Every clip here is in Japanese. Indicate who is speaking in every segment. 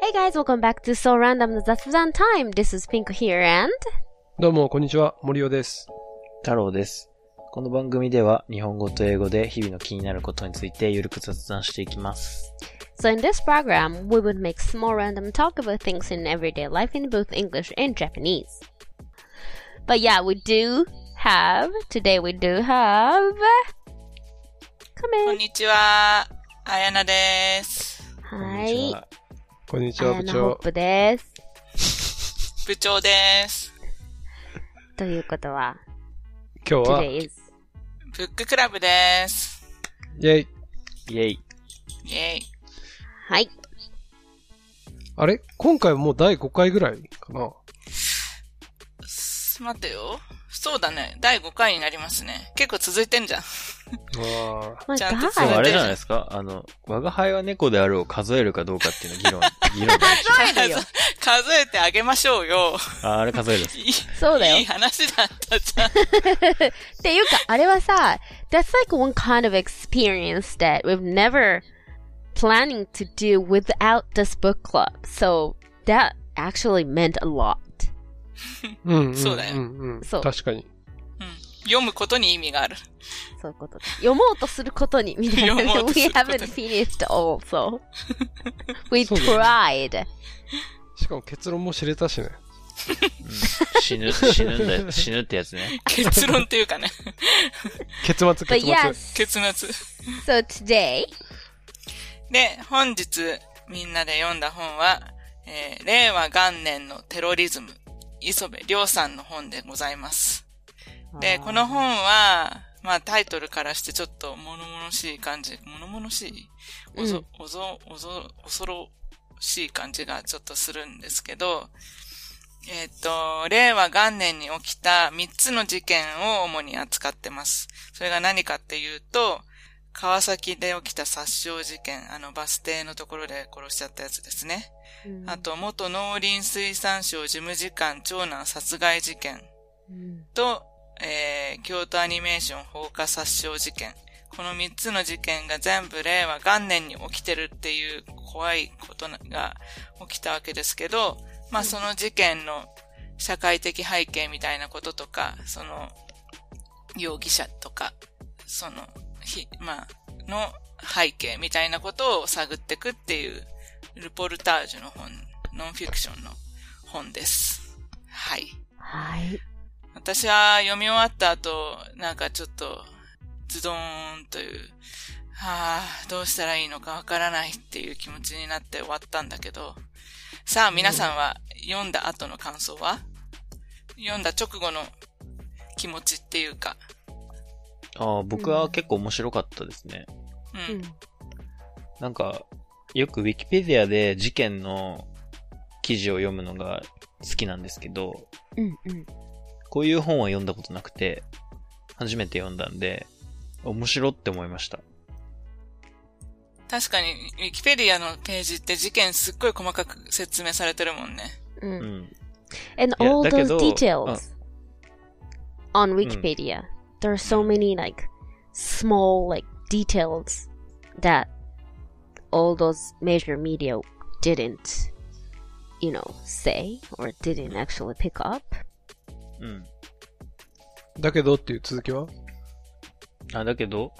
Speaker 1: Hey guys, welcome back to So Random the Zazan Time. This is Pink here and
Speaker 2: どうも、こんにちは、森尾です。
Speaker 3: 太郎です。この番組では日本語と英語で日々の気になることについてゆるく雑談していきます。
Speaker 1: so in this program we would make small random talk about things in everyday life in both English and Japanese. But yeah, we do have today we do have come
Speaker 4: こん
Speaker 1: in.
Speaker 4: にちは、あやなです。
Speaker 3: こんに
Speaker 1: はい。
Speaker 3: ちは。
Speaker 2: こんにちは、
Speaker 1: あ
Speaker 2: 部
Speaker 1: のホ
Speaker 2: 長
Speaker 1: ッ。プです。
Speaker 4: 部長です。
Speaker 1: ということは、
Speaker 2: 今日は、イ
Speaker 1: today is
Speaker 4: ブッククラブです。
Speaker 2: ェイ。
Speaker 3: イェイ。
Speaker 4: イェイ。
Speaker 1: はい。
Speaker 2: あれ今回もう第5回ぐらいかな
Speaker 4: す待ってよ。そうだね。第5回になりますね。結構続いてん じゃん。
Speaker 2: あ
Speaker 1: まあ、
Speaker 4: ちゃんと
Speaker 1: だ
Speaker 4: す
Speaker 3: で
Speaker 4: る
Speaker 3: も
Speaker 1: い
Speaker 3: あれじゃないですかあの、我が輩は猫であるを数えるかどうかっていう の議論、議論になっちゃう
Speaker 1: 数えるよ。
Speaker 4: 数えてあげましょうよ。
Speaker 3: あ、あれ数えるんです。
Speaker 4: いい、
Speaker 1: そうだよ
Speaker 4: いい。話だったじゃん。
Speaker 1: っていうか、あれはさ、that's like one kind of experience that we've never planning to do without this book club. So that actually meant a lot.
Speaker 2: あ。うん、ん
Speaker 4: そうだよ
Speaker 2: んうん
Speaker 1: そう
Speaker 2: 確かに。
Speaker 4: うん読むことに意味がある。
Speaker 1: そういうこと。読もうとすることに、みたいな。
Speaker 4: 読もうとす
Speaker 1: We
Speaker 4: ることに
Speaker 1: haven't finished all, so. We
Speaker 2: そうだ
Speaker 1: tried.
Speaker 2: しかも結論も知れたしね。
Speaker 3: 死ぬ、死ぬんだよ。死ぬってやつね。
Speaker 4: 結論っていうかね。
Speaker 2: 結末、結
Speaker 1: But
Speaker 2: 末。
Speaker 1: yes,
Speaker 4: 結末。
Speaker 1: so today,
Speaker 4: で、本日みんなで読んだ本は、えー令和元年のテロリズム、磯部亮さんの本でございます。で、この本は、まあタイトルからしてちょっと物々しい感じ、物々しいおぞ、おぞ、おぞ、恐ろしい感じがちょっとするんですけど、えっ、と、令和元年に起きた3つの事件を主に扱ってます。それが何かっていうと、川崎で起きた殺傷事件、あのバス停のところで殺しちゃったやつですね。
Speaker 1: うん
Speaker 4: あと、元農林水産省事務次官長男殺害事件と、えー、京都アニメーション放火殺傷事件。この3つの事件が全部令和元年に起きてるっていう怖いことが起きたわけですけど、まあその事件の社会的背景みたいなこととか、その容疑者とか、その、ひ、まあ、の背景みたいなことを探っていくっていう、ルポルタージュの本、ノンフィクションの本です。はい。
Speaker 1: はい。
Speaker 4: 私は読み終わった後、なんかちょっと、ズドーンという、はあ、どうしたらいいのかわからないっていう気持ちになって終わったんだけど、さあ皆さんは読んだ後の感想は読んだ直後の気持ちっていうか、
Speaker 3: あ僕は結構面白かったですね。
Speaker 4: うん、
Speaker 1: うん
Speaker 3: なんか、よくウィキペディアで事件の記事を読むのが好きなんですけど、
Speaker 1: うんうん。
Speaker 3: こういう本は読んだことなくて、初めて読んだんで、面白って思いました。
Speaker 4: 確かに、ウィキペディアのページって事件すっごい細かく説明されてるもんね。
Speaker 1: う
Speaker 3: うんん。
Speaker 1: And
Speaker 3: Yeah,
Speaker 1: all
Speaker 3: that
Speaker 1: those
Speaker 3: Oh. is all-
Speaker 1: details on
Speaker 3: Hmm.
Speaker 1: Wikipedia. There are so many like small like details that all those major media didn't you know say or didn't actually pick up.
Speaker 3: うん。
Speaker 2: だけどっていう続きは
Speaker 3: あ、だけど、ん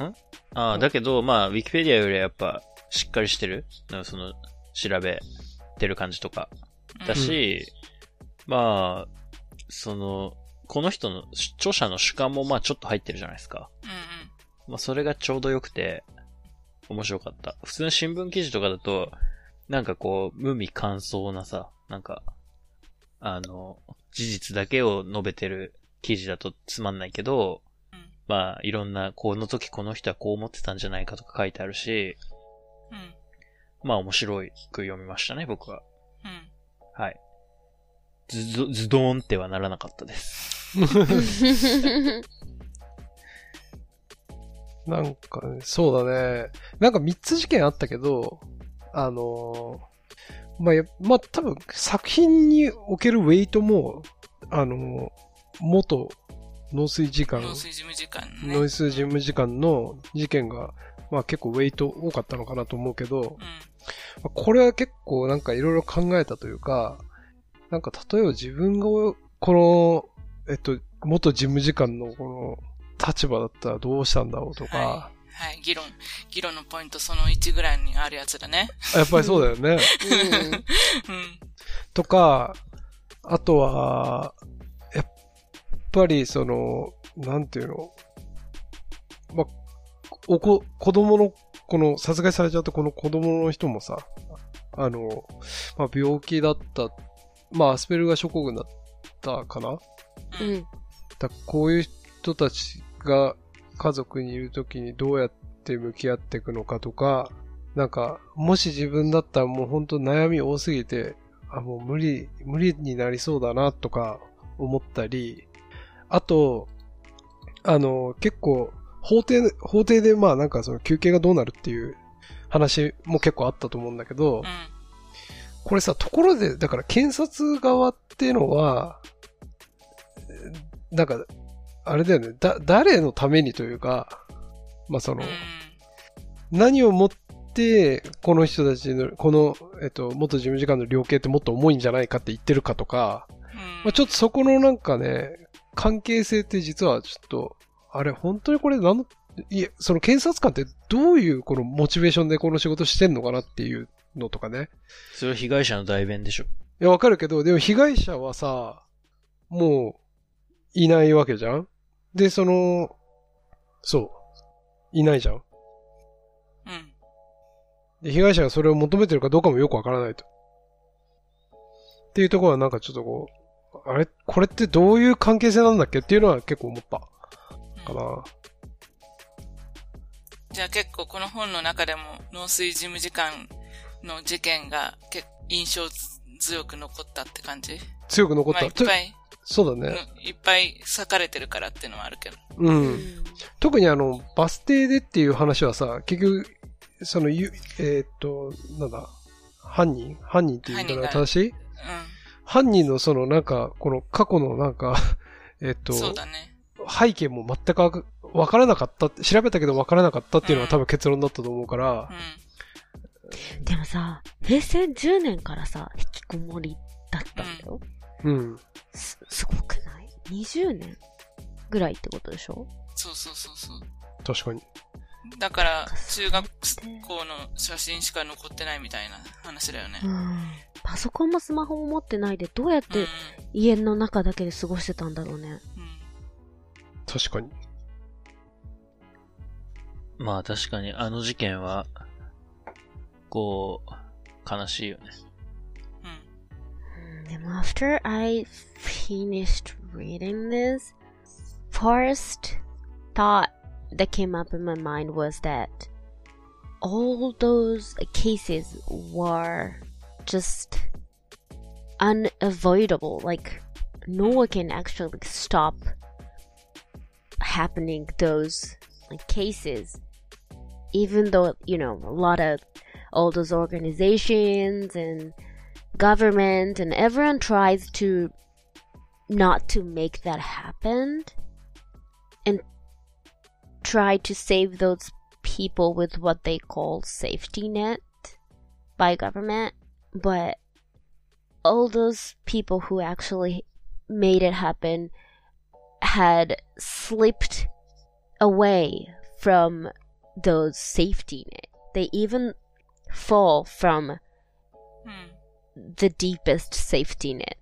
Speaker 3: あ、だけど、まあ、ウィキペディアよりはやっぱ、しっかりしてるなんかその、調べてる感じとか。だし、まあ、その、この人の、著者の主観もまあちょっと入ってるじゃないですか。
Speaker 4: うんうん。
Speaker 3: まあ、それがちょうど良くて、面白かった。普通の新聞記事とかだと、なんかこう、無味乾燥なさ、なんか、あの、事実だけを述べてる記事だとつまんないけど
Speaker 4: うん、
Speaker 3: まあ、いろんな、この時この人はこう思ってたんじゃないかとか書いてあるし、
Speaker 4: うん。
Speaker 3: まあ面白く読みましたね、僕は。
Speaker 4: うん。
Speaker 3: はい。ズド、ズドーンってはならなかったです。
Speaker 1: Mm-hmm.
Speaker 2: なんかね、そうだね。なんか3つ事件あったけど、あのーまあ、やまあ、多分作品におけるウェイトも、あのー元農水次官
Speaker 4: 農水事務次官ね。
Speaker 2: ノイズ事務次官の事件がまあ結構ウェイト多かったのかなと思うけど、
Speaker 4: うん。
Speaker 2: まあこれは結構なんかいろいろ考えたというか、なんか例えば自分がこの、えっと、元事務次官のこの立場だったらどうしたんだろうとか、
Speaker 4: ははい、議論、議論のポイントその1ぐらいにあるやつだね。
Speaker 2: あやっぱりそうだよ ね。
Speaker 4: うん。
Speaker 2: とか、あとは、やっぱりその、なんていうの、まあ、おこ、子供の、この殺害されちゃったこの子供の人もさ、あの、まあ、病気だった、まあ、アスペルガー症候群だったかな
Speaker 1: うん。
Speaker 3: Hmm.
Speaker 1: うん。
Speaker 2: だからこういう人たちが家族にいるときにどうやって向き合っていくのかとか、なんか、もし自分だったらもう本当悩み多すぎて、あ、もう無理、無理になりそうだなとか思ったり、あと、あの、結構、法廷、法廷でまあなんかその休憩がどうなるっていう話も結構あったと思うんだけど、
Speaker 4: う
Speaker 2: これさ、ところで、だから検察側っていうのは、えーなんか、あれだよね、だ、誰のためにというか、まあその
Speaker 4: ん。、
Speaker 2: 何をもって、この人たちの、この、えっと、元事務次官の量刑ってもっと重いんじゃないかって言ってるかとか、
Speaker 4: うん。
Speaker 2: まあちょっとそこのなんかね、関係性って実はちょっと、あれ、本当にこれ何の、いえ、その検察官ってどういうこのモチベーションでこの仕事してんのかなっていうのとかね。
Speaker 3: それは被害者の代弁でしょ。
Speaker 2: いや、わかるけど、でも被害者はさ、もう、いないわけじゃんで、その、そう。いないじゃん
Speaker 4: うん。
Speaker 2: で、被害者がそれを求めてるかどうかもよくわからないと。っていうところはなんかちょっとこう、あれこれってどういう関係性なんだっけっていうのは結構思った
Speaker 4: うん
Speaker 2: かな。
Speaker 4: じゃあ結構この本の中でも農水事務次官の事件が結構印象強く残ったって感じ
Speaker 2: 強く残っ
Speaker 4: まあ、
Speaker 2: た。
Speaker 4: いっぱ
Speaker 2: と
Speaker 4: い、
Speaker 2: そうだ
Speaker 4: う
Speaker 2: ね。
Speaker 4: んいっぱい裂かれてるからっていうのはあるけど。
Speaker 2: うん
Speaker 1: Mm-hmm.
Speaker 2: 特にあの、バス停でっていう話はさ、結局、その、ゆえーっと、なんだ、犯人犯人っていう言い方が正しい犯人のそのなんか、この過去のなんか、 えーっ
Speaker 4: う
Speaker 2: と、
Speaker 4: ん。そうだね。
Speaker 2: 背景も全くわかわからなかった、調べたけどわからなかったっていうのは多分結論だったと思うから
Speaker 4: うん、。
Speaker 1: でもさ、平成10年からさ、引きこもりだったんだよ。
Speaker 2: うん。
Speaker 1: す、すごくない ?20 年ぐらいってことでしょ
Speaker 4: そうそうそうそう。
Speaker 2: 確かに。
Speaker 4: だから、中学校の写真しか残ってないみたいな話だよね
Speaker 1: う。ん。パソコンもスマホも持ってないで、どうやっ
Speaker 4: うん
Speaker 1: て家の中だけで過ごしてたんだろうね。
Speaker 4: うん。
Speaker 2: 確かに。
Speaker 3: まあ確かにあの事件は、こう、悲しいよね。
Speaker 4: うん。
Speaker 1: でも after I finished reading this, first thought that came up in my mind was that all those cases were just unavoidable. Like no one can actually stop happening those like, cases. Even though, you know, a lot of all those organizations and government and everyone tries to not to make that happen and try to save those people with what they call safety net by government but all those people who actually made it happen had slipped away from those safety net they even fall from
Speaker 4: うん。
Speaker 1: the deepest safety net.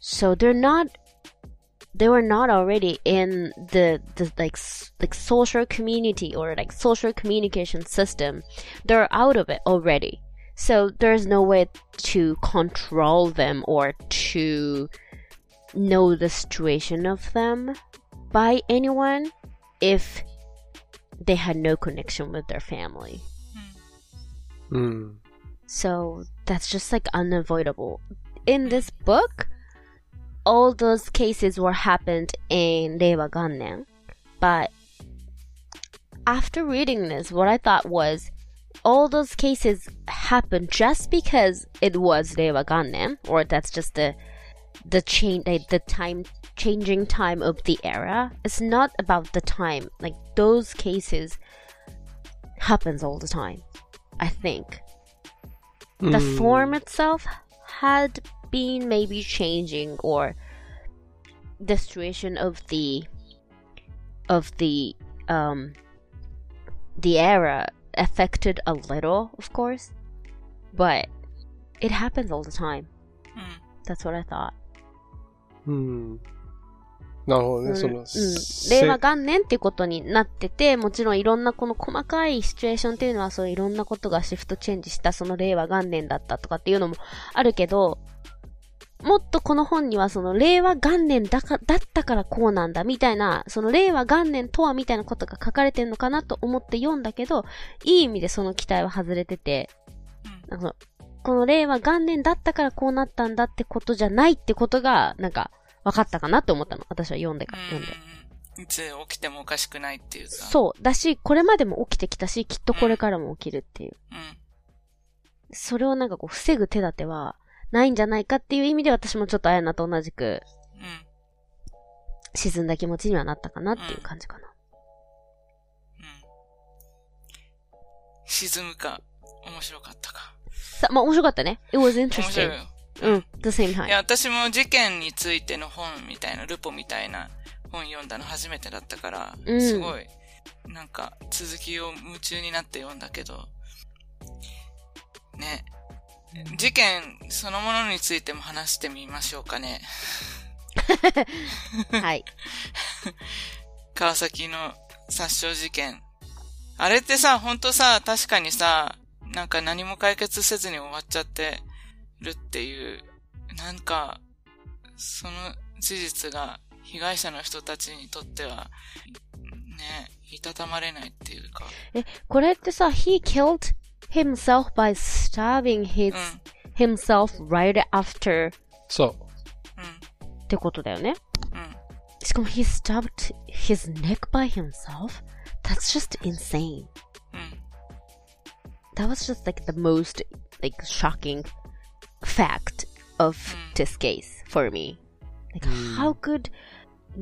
Speaker 1: So they're not they were not already in the, the like s- like social community or like social communication system. They're out of it already. So there's no way to control them or to know the situation of them by anyone if they had no connection with their family.
Speaker 2: うん。
Speaker 1: So that's just like unavoidable. In this book, all those cases were happened in Reiwa Gannen. But after reading this, what I thought was all those cases happened just because it was Reiwa Gannen, or that's just the the change like, the time changing time of the era. It's not about the time. Like those cases happens all the time. I think. the
Speaker 2: うん
Speaker 1: form itself had been maybe changing or the situation of the of the um the era affected a little of course but it happens all the time
Speaker 4: う
Speaker 1: that's what i thought
Speaker 2: うん。なるほど
Speaker 1: うん
Speaker 2: ね、その、
Speaker 1: 令
Speaker 2: せ
Speaker 1: 和元年っていうことになってて、もちろんいろんなこの細かいシチュエーションっていうのは、そういろんなことがシフトチェンジした、その令和元年だったとかっていうのもあるけど、もっとこの本にはその令和元年だか、だったからこうなんだみたいな、その令和元年とはみたいなことが書かれてるのかなと思って読んだけど、いい意味でその期待は外れてて、なんかこの令和元年だったからこうなったんだってことじゃないってことが、なんか、分かったかなって思ったの。私は読んでか、
Speaker 4: ん。う
Speaker 1: 読んで。
Speaker 4: ん。いつ起きてもおかしくないっていうか。
Speaker 1: そう。だし、これまでも起きてきたし、きっとこれからも起きるっていう。
Speaker 4: う。うん。
Speaker 1: それをなんかこう、防ぐ手立ては、ないんじゃないかっていう意味で私もちょっとあやなと同じく
Speaker 4: うん。
Speaker 1: 沈んだ気持ちにはなったかなっていう感じかな。
Speaker 4: うん。沈むか、面白かったか。
Speaker 1: さ、まあ面白かったね。It was
Speaker 4: 面白いよ
Speaker 1: interesting. うん。The same
Speaker 4: い
Speaker 1: time.
Speaker 4: や、私も事件についての本みたいな、ルポみたいな本読んだの初めてだったから、
Speaker 1: うん
Speaker 4: すごい、なんか、続きを夢中になって読んだけど、ね。事件そのものについても話してみましょうかね。
Speaker 1: はい。
Speaker 4: 川崎の殺傷事件。あれってさ、ほんとさ、確かにさ、なんか何も解決せずに終わっちゃってるっていう、なんか、その事実が被害者の人たちにとっては、ね、いたたまれないっていうか。
Speaker 1: え、これってさ、he killed himself by stabbing
Speaker 4: う
Speaker 1: his,
Speaker 4: ん、うん。
Speaker 1: himself right after
Speaker 2: そう。
Speaker 1: ってことだよね。
Speaker 4: うん。
Speaker 1: しかも he stabbed his neck by himself? That's just insane.
Speaker 4: うん。
Speaker 1: that was just like the most like shocking fact of
Speaker 4: Mm.
Speaker 1: this case for me like how could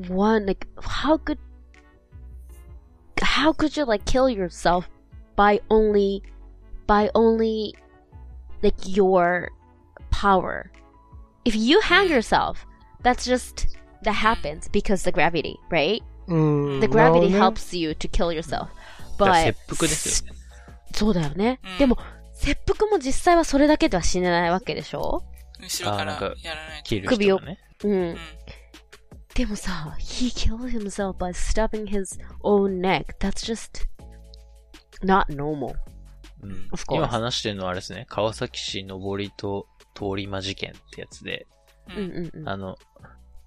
Speaker 1: one like how could how could you like kill yourself by only by only like your power if you hang yourself that's just that happens because the gravity right
Speaker 2: うん。
Speaker 1: the gravity
Speaker 2: なるほどね
Speaker 1: helps you to kill yourself
Speaker 3: だから
Speaker 1: but
Speaker 3: 切腹ですよね。
Speaker 1: そうだよね。
Speaker 4: うん
Speaker 1: でも、切腹も実際はそれだけでは死ねないわけでしょ
Speaker 4: 後ろか
Speaker 3: あ
Speaker 4: ら
Speaker 3: ーなんか
Speaker 4: やらないと。
Speaker 3: 切る人がね。
Speaker 1: うん
Speaker 4: うん。。
Speaker 1: でもさ、he killed himself by stabbing his own neck. That's just not normal.
Speaker 3: うん、
Speaker 1: Of course
Speaker 3: 今話してるのはあれですね、川崎市上りと通り魔事件ってやつで、
Speaker 4: うん。
Speaker 1: う
Speaker 4: うんん。
Speaker 1: うんうん。
Speaker 3: あの、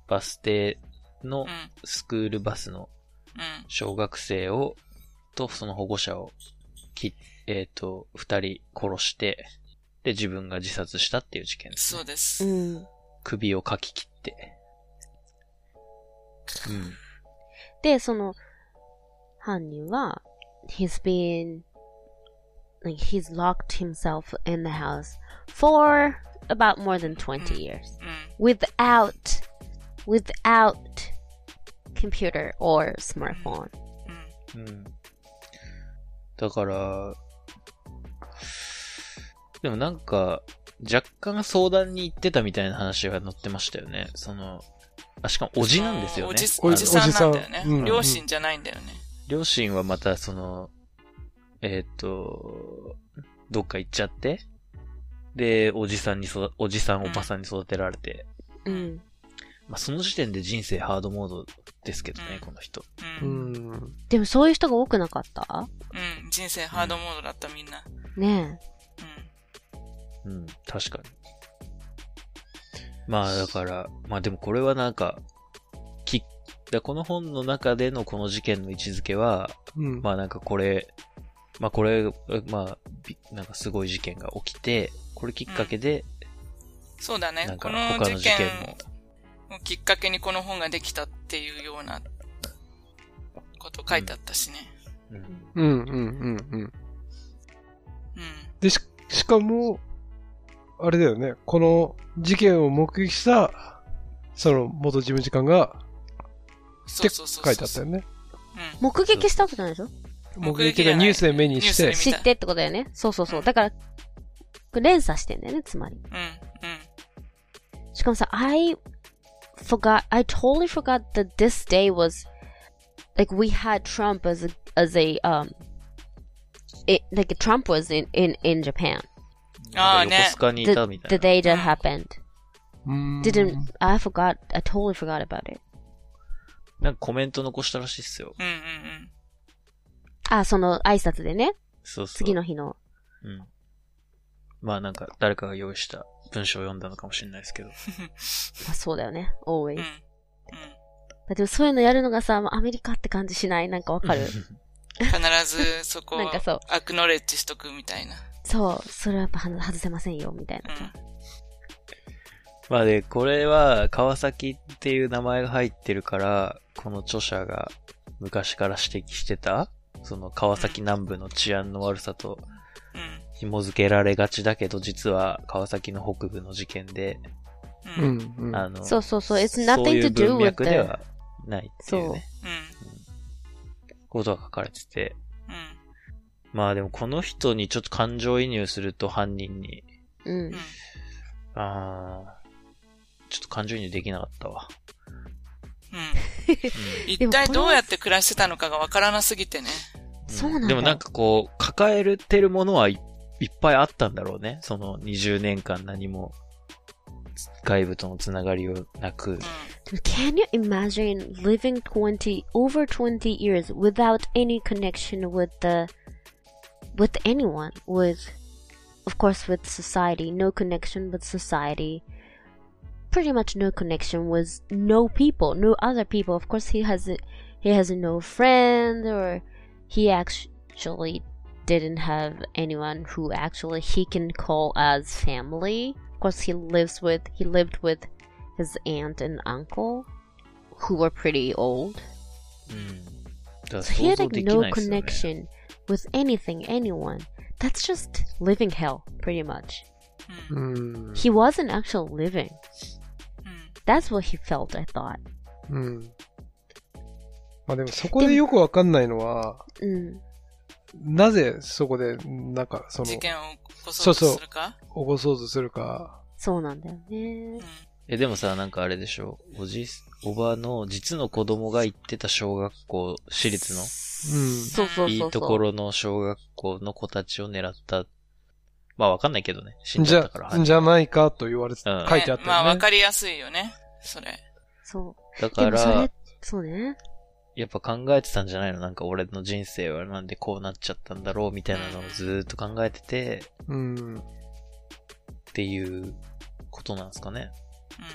Speaker 3: バス停のスクールバスの
Speaker 4: うん。
Speaker 3: 小学生を、とその保護者を、き、えっ、と、二人殺して、で、自分が自殺したっていう事件です、
Speaker 4: そう
Speaker 3: ね。
Speaker 4: です。
Speaker 1: うん。
Speaker 3: 首をかき切って。うん。
Speaker 1: で、その、犯人は、he's been, like, he's locked himself in the house for about more than 20 years.
Speaker 4: うん。
Speaker 1: without without computer or smartphone.
Speaker 4: うん。
Speaker 3: うん。だから、でもなんか、若干相談に行ってたみたいな話が載ってましたよね。その、あ、しかも、おじなんですよね。
Speaker 4: おじおじさんなんだよ
Speaker 2: おじさんう
Speaker 4: ね。
Speaker 2: ん
Speaker 4: 両親じゃないんだよね。
Speaker 3: 両親はまた、その、えーっ、と、どっか行っちゃって、で、おじさんにそ、おじさん、おばさんに育てられて、
Speaker 1: うん。
Speaker 3: まあ、その時点で人生ハードモードですけどね、この人。
Speaker 4: う。
Speaker 2: うんん。
Speaker 1: でもそういう人が多くなかった
Speaker 4: うん。人生ハードモードだったみんな。
Speaker 1: ね
Speaker 4: うん。
Speaker 3: うん、確かに。まあだから、まあでもこれはなんか、き、だこの本の中でのこの事件の位置づけは、
Speaker 2: うん。
Speaker 3: まあなんかこれ、まあこれ、まあ、びなんかすごい事件が起きて、これきっかけで、
Speaker 4: そうだ
Speaker 3: な
Speaker 4: ね
Speaker 3: ん。
Speaker 4: こ
Speaker 3: か
Speaker 4: の
Speaker 3: 他の事
Speaker 4: 事件
Speaker 3: 件も、
Speaker 4: をきっかけにこの本ができたっていうようなこと書いてあったしね。
Speaker 3: うん
Speaker 2: うん、うん、うん、うん。
Speaker 4: うん。
Speaker 2: で、し、しかも、あれだよね、この事件を目撃した、その、元事務次官が、っ
Speaker 4: そ
Speaker 2: て
Speaker 4: うそうそうそう。
Speaker 2: 書いてあったよね。
Speaker 4: うん。
Speaker 1: 目撃したわけじゃないでしょ
Speaker 2: 目撃がニュースで目にし
Speaker 4: ニュ
Speaker 2: て
Speaker 4: ー、ス
Speaker 1: 知ってってことだよね。そうそうそう。だから、これ連鎖してんだよね、つまり。
Speaker 4: うん、うん。
Speaker 1: しかもさ、I forgot, I totally forgot that this day was, like, we had Trump as a, as a, um, it, like, Trump was in, in, in Japan.
Speaker 4: ああね
Speaker 3: 横須賀にいた
Speaker 1: The,
Speaker 3: みた
Speaker 1: the
Speaker 3: いな。
Speaker 1: day that happened.
Speaker 2: うーん
Speaker 1: Didn't, I forgot, I totally forgot about it.
Speaker 3: なんかコメント残したらしいっすよ。
Speaker 4: うん、うん、うん。
Speaker 1: あ、その挨拶でね、
Speaker 3: そうそう。
Speaker 1: 次の日の。
Speaker 3: うん。まあなんか誰かが用意した文章を読んだのかもしれないですけど。
Speaker 1: まあそうだよね、always.
Speaker 4: うん。う
Speaker 1: だ
Speaker 4: ん。
Speaker 1: ってそういうのやるのがさ、アメリカって感じしないなんかわかる
Speaker 4: 必ずそこを
Speaker 1: なんかそう
Speaker 4: アクノレッジしとくみたいな。
Speaker 1: そう、それはやっぱ外せませんよ、みたいな
Speaker 4: うん
Speaker 1: さ。。
Speaker 3: まあで、これは川崎っていう名前が入ってるから、この著者が昔から指摘してた、その川崎南部の治安の悪さと
Speaker 4: うん。
Speaker 3: 紐付けられがちだけど、実は川崎の北部の事件で、
Speaker 4: うん。
Speaker 2: う
Speaker 4: うん。
Speaker 2: んうん
Speaker 3: あの、
Speaker 1: そうそうそう、
Speaker 3: そ
Speaker 1: it's
Speaker 3: う
Speaker 1: nothing
Speaker 3: いう
Speaker 1: to do
Speaker 3: 文
Speaker 1: with
Speaker 3: 脈で
Speaker 1: the,
Speaker 3: はないっていうね、ことが書かれてて、
Speaker 4: う
Speaker 3: まあでもこの人にちょっと感情移入すると犯人に、
Speaker 1: うん
Speaker 4: ん。。
Speaker 3: あーちょっと感情移入できなかったわ。
Speaker 4: うん。
Speaker 3: うん
Speaker 4: 一体どうやって暮らしてたのかがわからなすぎてね。
Speaker 1: そうなんだよ
Speaker 3: でもなんかこう、抱えてるものはいいっぱいあったんだろうね。その20年間何も外部とのつながりをなく
Speaker 4: うん。。
Speaker 1: Can you imagine living 20, over 20 years without any connection with the, with anyone, with, of course, with society, no connection with society, pretty much no connection with no people, no other people. Of course, he has, he has no friend or he actually didn't have anyone who actually he can call as family. Of course, he lives with, he lived with his aunt and uncle who were pretty old.
Speaker 3: うん。だから
Speaker 1: So he
Speaker 3: 想
Speaker 1: had
Speaker 3: 像
Speaker 1: like
Speaker 3: できな
Speaker 1: no
Speaker 3: いですよね。
Speaker 1: connection with anything, anyone. That's just living hell, pretty much.
Speaker 4: うん。
Speaker 2: うん。
Speaker 1: He wasn't actually living.
Speaker 4: うん。
Speaker 1: That's what he felt, I thought.
Speaker 2: うん。まあでもそこでよくわかんないのは、
Speaker 1: Mm.
Speaker 2: なぜそこで、なんかその、
Speaker 4: 事
Speaker 2: 起
Speaker 4: 件を起こそうとするか
Speaker 2: こそうとするか。
Speaker 1: そうなんだよね。
Speaker 3: え、でもさ、なんかあれでしょおじ、おばの実の子供が行ってた小学校、私立の
Speaker 2: うん。
Speaker 1: そうそうそうそう。
Speaker 3: いいところの小学校の子たちを狙った。まあわかんないけどね。死ん
Speaker 2: じ
Speaker 3: じゃった
Speaker 2: ゃ
Speaker 3: から。、
Speaker 2: じゃないかと言われて、
Speaker 3: うん
Speaker 2: 書いてあったよね。
Speaker 4: まあわかりやすいよね。それ。
Speaker 1: そう。
Speaker 3: だから、
Speaker 1: でもそれ、そうね。
Speaker 3: やっぱ考えてたんじゃないのなんか俺の人生はなんでこうなっちゃったんだろうみたいなのをずーっと考えてて、
Speaker 2: うん。
Speaker 3: っていうことなんですかね。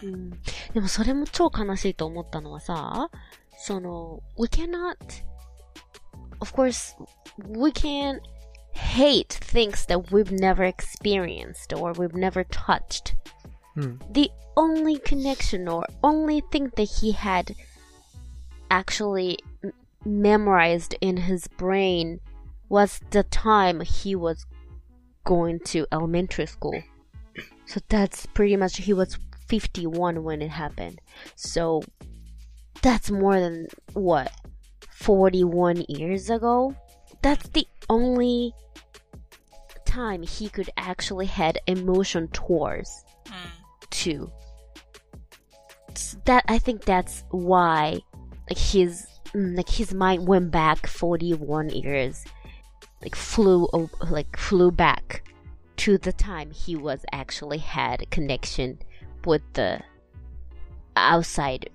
Speaker 4: う。
Speaker 1: うんんでもそれも超悲しいと思ったのはさ、その、we cannot, of course, we can hate things that we've never experienced or we've never touched.
Speaker 2: うん。
Speaker 1: The only connection or only thing that he had actually m- memorized in his brain was the time he was going to elementary school. So that's pretty much he was 51 when it happened. So that's more than what 41 years ago. That's the only time he could actually had emotion towards too. S- That I think that's why like his mm, like his mind went back 41 years. Like flew o- like flew back to the time he was actually had connection with the outside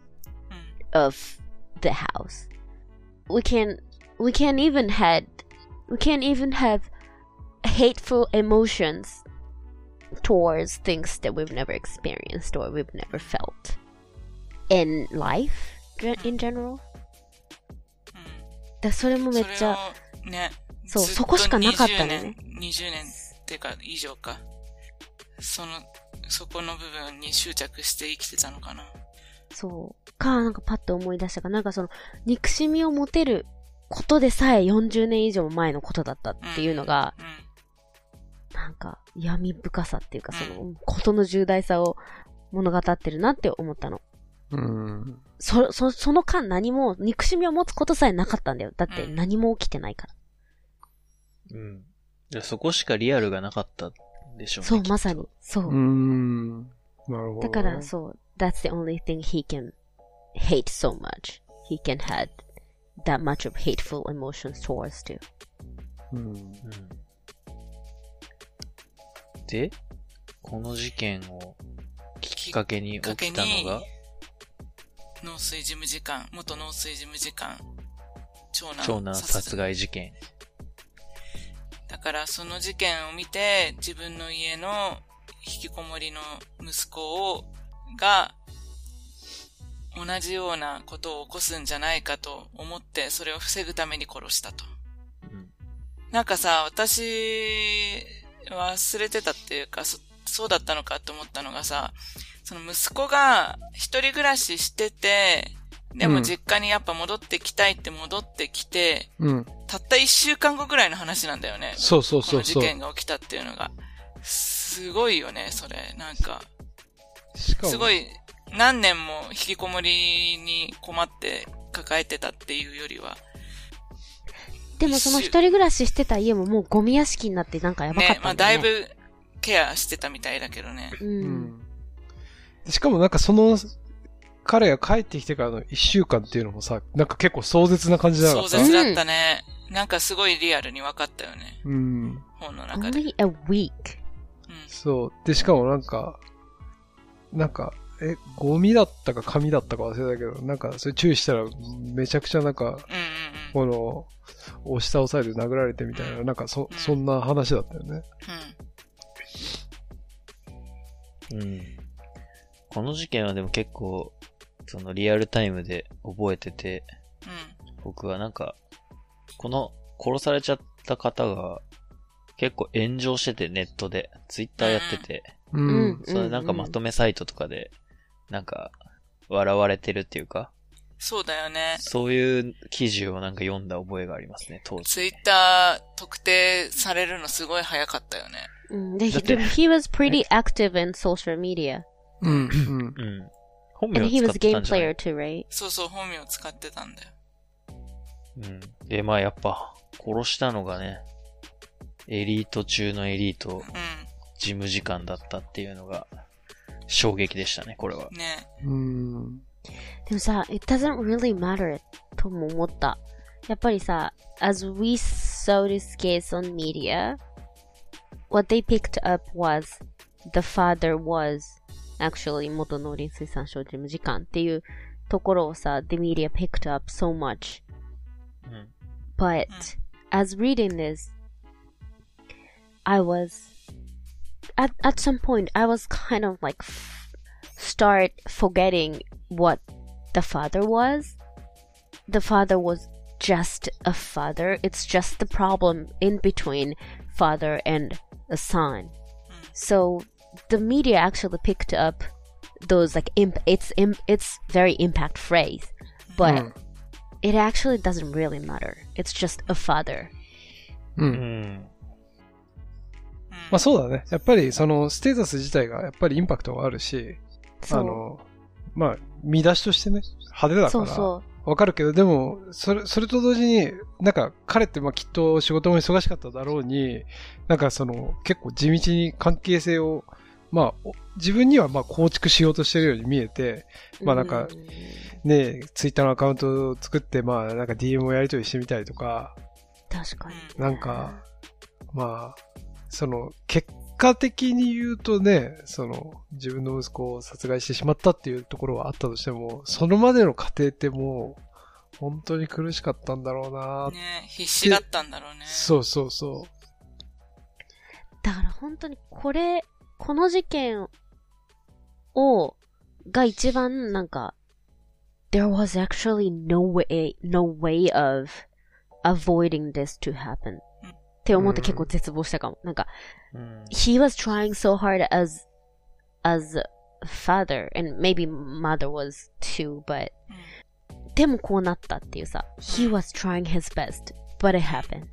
Speaker 1: of the house. We can we can't even had we can't even have hateful emotions towards things that we've never experienced or we've never felt in life ge- in general. だそれも
Speaker 4: うん。
Speaker 1: めっ
Speaker 4: そ
Speaker 1: ち
Speaker 4: れ
Speaker 1: ゃ、
Speaker 4: をね。
Speaker 1: そう
Speaker 4: ずっと
Speaker 1: そこしかなかったのね
Speaker 4: 20年、20年っていうか以上か。その、そこの部分に執着して生きてたのかな。
Speaker 1: そう、か、なんかパッと思い出したか、なんかその、憎しみを持てることでさえ40年以上前のことだったっていうのが、
Speaker 4: うん。
Speaker 1: なんか闇深さっていうか、その、ことの重大さを物語ってるなって思ったの。
Speaker 2: うん。
Speaker 1: そ、そ、その間何も、憎しみを持つことさえなかったんだよ。だって
Speaker 4: うん
Speaker 1: 何も起きてないから。
Speaker 2: うん。
Speaker 3: いやそこしかリアルがなかったでしょうね。
Speaker 1: そう、
Speaker 3: きっと
Speaker 1: まさに。。そう。
Speaker 2: ん。なるほど、
Speaker 1: だから、そう。That's the only thing he can hate so much. He can had that much of hateful emotions towards you.
Speaker 2: うん。
Speaker 3: うんで、この事件をきっかけに
Speaker 4: きっ
Speaker 3: 起
Speaker 4: かけ
Speaker 3: き
Speaker 4: に
Speaker 3: たのが、
Speaker 4: 農水事務次官、元農水事務次官、長男
Speaker 3: 長男殺害事件。
Speaker 4: だからその事件を見て、自分の家の引きこもりの息子を、が、同じようなことを起こすんじゃないかと思って、それを防ぐために殺したと。
Speaker 3: うん
Speaker 4: なんかさ、私、忘れてたっていうか、そそうだったのかと思ったのがさ、その息子が一人暮らししてて、で
Speaker 2: う
Speaker 4: も
Speaker 2: ん
Speaker 4: 実家にやっぱ戻ってきたいって戻ってきて、
Speaker 2: うん。
Speaker 4: たった一週間後ぐらいの話なんだよね。
Speaker 2: そうそう
Speaker 4: こ
Speaker 2: そ
Speaker 4: の
Speaker 2: う
Speaker 4: 事
Speaker 2: そう。
Speaker 4: 件が起きたっていうのが。すごいよね、それ。なんか、
Speaker 2: しかも
Speaker 4: すごい、何年も引きこもりに困って抱えてたっていうよりは、
Speaker 1: でもその一人暮らししてた家ももうゴミ屋敷になってなんかやばかっ
Speaker 4: ね、ま
Speaker 1: た
Speaker 4: あ
Speaker 1: んだ
Speaker 4: だ
Speaker 1: よ
Speaker 4: い
Speaker 1: ね。
Speaker 4: ぶケアしてたみたいだけどね。
Speaker 1: う。
Speaker 2: うんん。しかもなんかその、彼が帰ってきてからの一週間っていうのもさ、なんか結構壮絶な感じじゃなか
Speaker 4: 壮
Speaker 2: った
Speaker 4: 絶だったね。なんかすごいリアルに分かったよね、
Speaker 2: うん。
Speaker 4: 本の中で。
Speaker 1: Only a week.
Speaker 4: うん
Speaker 2: そう。で、しかもなんか、なんか、え、ゴミだったか紙だったか忘れたけど、なんか、それ注意したら、めちゃくちゃなんか、
Speaker 4: うんうんうん。
Speaker 2: この、押し倒されて殴られてみたいな、なんかそ、そんな話だったよね。
Speaker 4: うん
Speaker 3: うん。この事件はでも結構、そのリアルタイムで覚えてて、
Speaker 4: う
Speaker 3: 僕はなんか、この殺されちゃった方が結構炎上しててネットで、ツイッターやってて、
Speaker 1: う
Speaker 2: う。
Speaker 1: んん。
Speaker 3: それなんかまとめサイトとかで、なんか、笑われてるっていうか、
Speaker 4: ん。そうだよね。
Speaker 3: そういう記事をなんか読んだ覚えがありますね、当時。
Speaker 4: ツイッター特定されるのすごい早かったよね。
Speaker 1: うんで、
Speaker 3: だって
Speaker 1: he was pretty active in social media.
Speaker 2: うん。うん。
Speaker 3: うん。本名
Speaker 1: And
Speaker 3: を
Speaker 1: he was a
Speaker 3: 使ってた
Speaker 1: game
Speaker 3: んじゃな
Speaker 1: player
Speaker 3: い
Speaker 1: too, right?
Speaker 4: そうそう、本名を使ってたんだよ。
Speaker 3: うん。で、まあやっぱ、殺したのがね、エリート中のエリート、
Speaker 4: う
Speaker 3: 事務次官だったっていうのが、衝撃でしたね、これは。
Speaker 4: ん。ね。
Speaker 2: うん。
Speaker 1: でもさ、it doesn't really matter とも思った。やっぱりさ、as we saw this case on media, what they picked up was the father was actually 元農林水産省事務次官っていうところをさ、the media picked up so much.
Speaker 3: うん。
Speaker 1: But
Speaker 4: Mm.
Speaker 1: as reading this, I was at at some point I was kind of like f- start forgetting what the father was. The father was just a father. It's just the problem in between father and a son. So the media actually picked up those like imp- it's imp- it's very impact phrase, but
Speaker 2: Mm.
Speaker 1: it actually doesn't really matter. It's just a father.
Speaker 2: う。
Speaker 3: うんん。
Speaker 4: うん。
Speaker 2: まあそうだね。やっぱり、その、ステータス自体が、やっぱりインパクトがあるし、あ
Speaker 1: そう
Speaker 2: の、まあ、見出しとしてね、派手だから。
Speaker 1: そうそ
Speaker 2: わかるけど、でも、それ、それと同時に、なんか、彼って、まあ、きっと仕事も忙しかっただろうに、なんか、その、結構地道に関係性を、まあ、お自分には、まあ、構築しようとしてるように見えて、
Speaker 1: う。
Speaker 2: まあなんか
Speaker 1: うん
Speaker 2: ねえ、ツイッターのアカウントを作って、まあ、なんか DM をやり取りしてみたりとか、
Speaker 1: 確かに。
Speaker 2: なんか、まあ、その、結果的に言うとね、その、自分の息子を殺害してしまったっていうところはあったとしても、そのまでの過程ってもう、本当に苦しかったんだろうな
Speaker 4: ね必死だったんだろうね。
Speaker 2: そうそうそ
Speaker 1: だから本当にこれ、この事件を、が一番なんか、there was actually no way, no way of avoiding this to happen. って思って結構絶望したかも。なんか、
Speaker 3: うん。
Speaker 1: he was trying so hard as as a father and maybe mother was too but でもこうなったっていうさ he was trying his best but it happened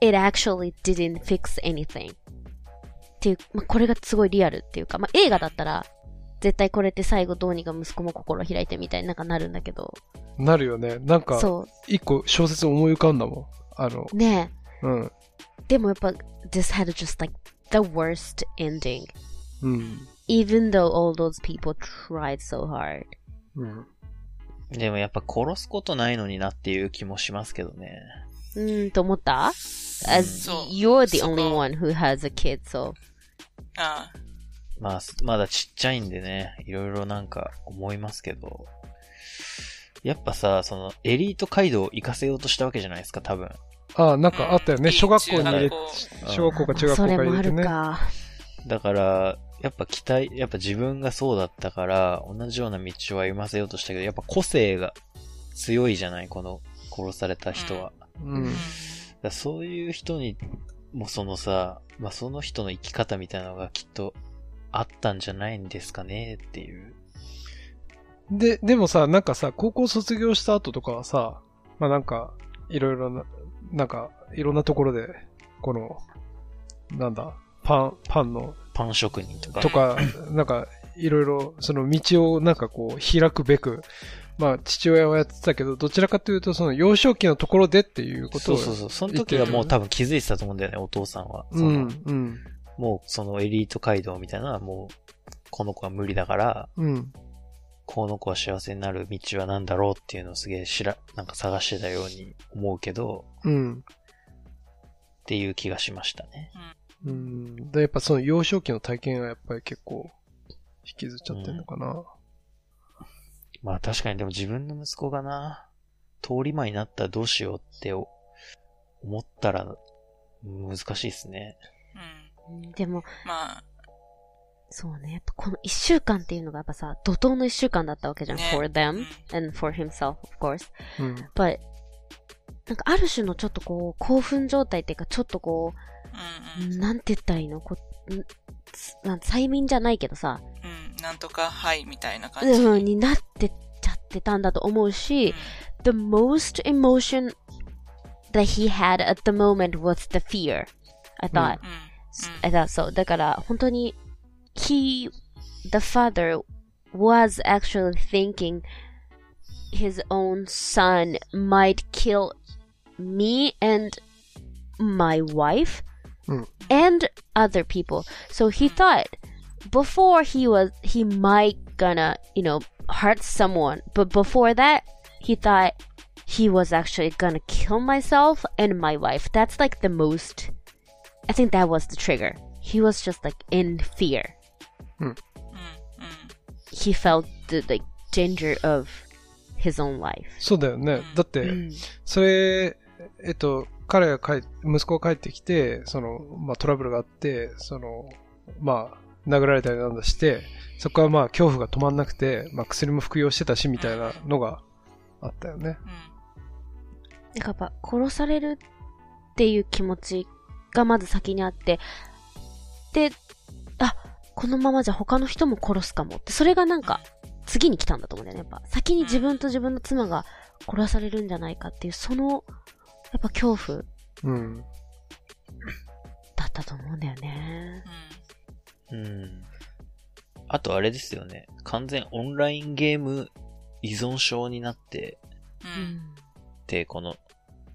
Speaker 1: it actually didn't fix anything っていう、まあ、これがすごいリアルっていうか、まあ、映画だったら絶対これって最後どうにか息子も心を開いてみたいになんかなるんだけど
Speaker 2: う。なるよね。なんか、
Speaker 1: そ
Speaker 2: 一個小説思い浮かんだもん。あの、
Speaker 1: うね
Speaker 2: うん。
Speaker 1: でもやっぱ this had just like the worst ending
Speaker 2: うん。
Speaker 1: even though all those people tried so hard
Speaker 2: うん。
Speaker 3: でもやっぱ殺すことないのになっていう気もしますけどね。
Speaker 1: うんと思った As
Speaker 4: そう
Speaker 1: you're the only
Speaker 4: そこ
Speaker 1: one who has a kid so
Speaker 4: あ
Speaker 3: まあ、すまだちっちゃいんでね、いろいろなんか思いますけど。やっぱさ、その、エリート街道を行かせようとしたわけじゃないですか、多分。
Speaker 2: ああ、なんかあったよ
Speaker 4: う
Speaker 2: ね。
Speaker 4: ん
Speaker 2: 小学校に入れ
Speaker 4: いい中学、
Speaker 3: 校
Speaker 2: 小学校か中学校
Speaker 1: そ
Speaker 2: か
Speaker 1: れも
Speaker 2: 入
Speaker 1: あ
Speaker 2: れて
Speaker 1: る
Speaker 2: ね。
Speaker 1: か
Speaker 3: だから、やっぱ期待、やっぱ自分がそうだったから、同じような道を歩ませようとしたけど、やっぱ個性が強いじゃない、この殺された人は。
Speaker 2: う
Speaker 4: あ
Speaker 2: ん。
Speaker 3: だからそういう人にもそのさ、まあ、その人の生き方みたいなのがきっとあったんじゃないんですかねっていう。
Speaker 2: で、でもさ、なんかさ、高校卒業した後とかはさ、まあなんか、いろいろな、なんか、いろんなところで、この、なんだ、パン、パンの、
Speaker 3: パン職人とか。
Speaker 2: とか、なんか、いろいろ、その道をなんかこう、開くべく、まあ父親はやってたけど、どちらかというと、その幼少期のところでっていうこと
Speaker 3: そ
Speaker 2: を。
Speaker 3: うそうそう。その時はもう多分気づいてたと思うんだよね、お父さんは。その
Speaker 2: うん、うん、
Speaker 3: もうそのエリート街道みたいなのはもう、この子は無理だから、
Speaker 2: うん、
Speaker 3: この子は幸せになる道は何だろうっていうのをすげえ知ら、なんか探してたように思うけど、
Speaker 2: うん。
Speaker 3: っていう気がしましたね。
Speaker 2: うん、でやっぱその幼少期の体験はやっぱり結構引きずっちゃってるのかな。
Speaker 3: まあ確かにでも自分の息子がな、通り魔になったらどうしようって思ったら難しいですね。
Speaker 4: うん
Speaker 1: うんでも
Speaker 4: ま
Speaker 1: そうねやっぱこの1週間っていうのがやっぱさ怒涛の1週間だったわけじゃん、
Speaker 4: ね
Speaker 1: for
Speaker 4: あ、うん
Speaker 1: them and for himself of course
Speaker 2: うん。
Speaker 1: やっぱり、なんかある種のちょっとこう、興奮状態っていうか、ちょっとこ
Speaker 4: うんうん
Speaker 1: う、なんて言ったらいいのこうんつなん催眠じゃないけどさ、
Speaker 4: うん、なんとかはいみたいな感じ。
Speaker 1: うん、になってっちゃってたんだと思うし、the most emotion that he had at the moment was the fear. I thought,、
Speaker 4: うん
Speaker 1: I thought so. だから、本当に、he, the father was actually thinking his own son might kill me and my wife
Speaker 2: Mm.
Speaker 1: and other people. So he thought before he was he might gonna, you know, hurt someone. But before that, he thought he was actually gonna kill myself and my wife. That's like the most I think that was the trigger. He was just like in fear.
Speaker 4: うんうん
Speaker 1: He felt the like danger of his own life.
Speaker 2: そうだよね。だって、それ、えっと、彼が帰、息子が帰ってきて、その、まあトラブルがあって、その、まあ、殴られたりなんだして、そこからまあ恐怖が止まんなくて、まあ薬も服用してたし、みたいなのがあったよね。
Speaker 4: う
Speaker 1: なんかやっぱ殺されるっていう気持ちがまず先にあって、で、あ、このままじゃ他の人も殺すかもって、それがなんか次に来たんだと思うんだよね。やっぱ先に自分と自分の妻が殺されるんじゃないかっていう、その、やっぱ恐怖
Speaker 2: うん。
Speaker 1: だったと思うんだよね。
Speaker 4: ん
Speaker 3: うん。あとあれですよね。完全オンラインゲーム依存症になって
Speaker 4: うんうん
Speaker 3: て、この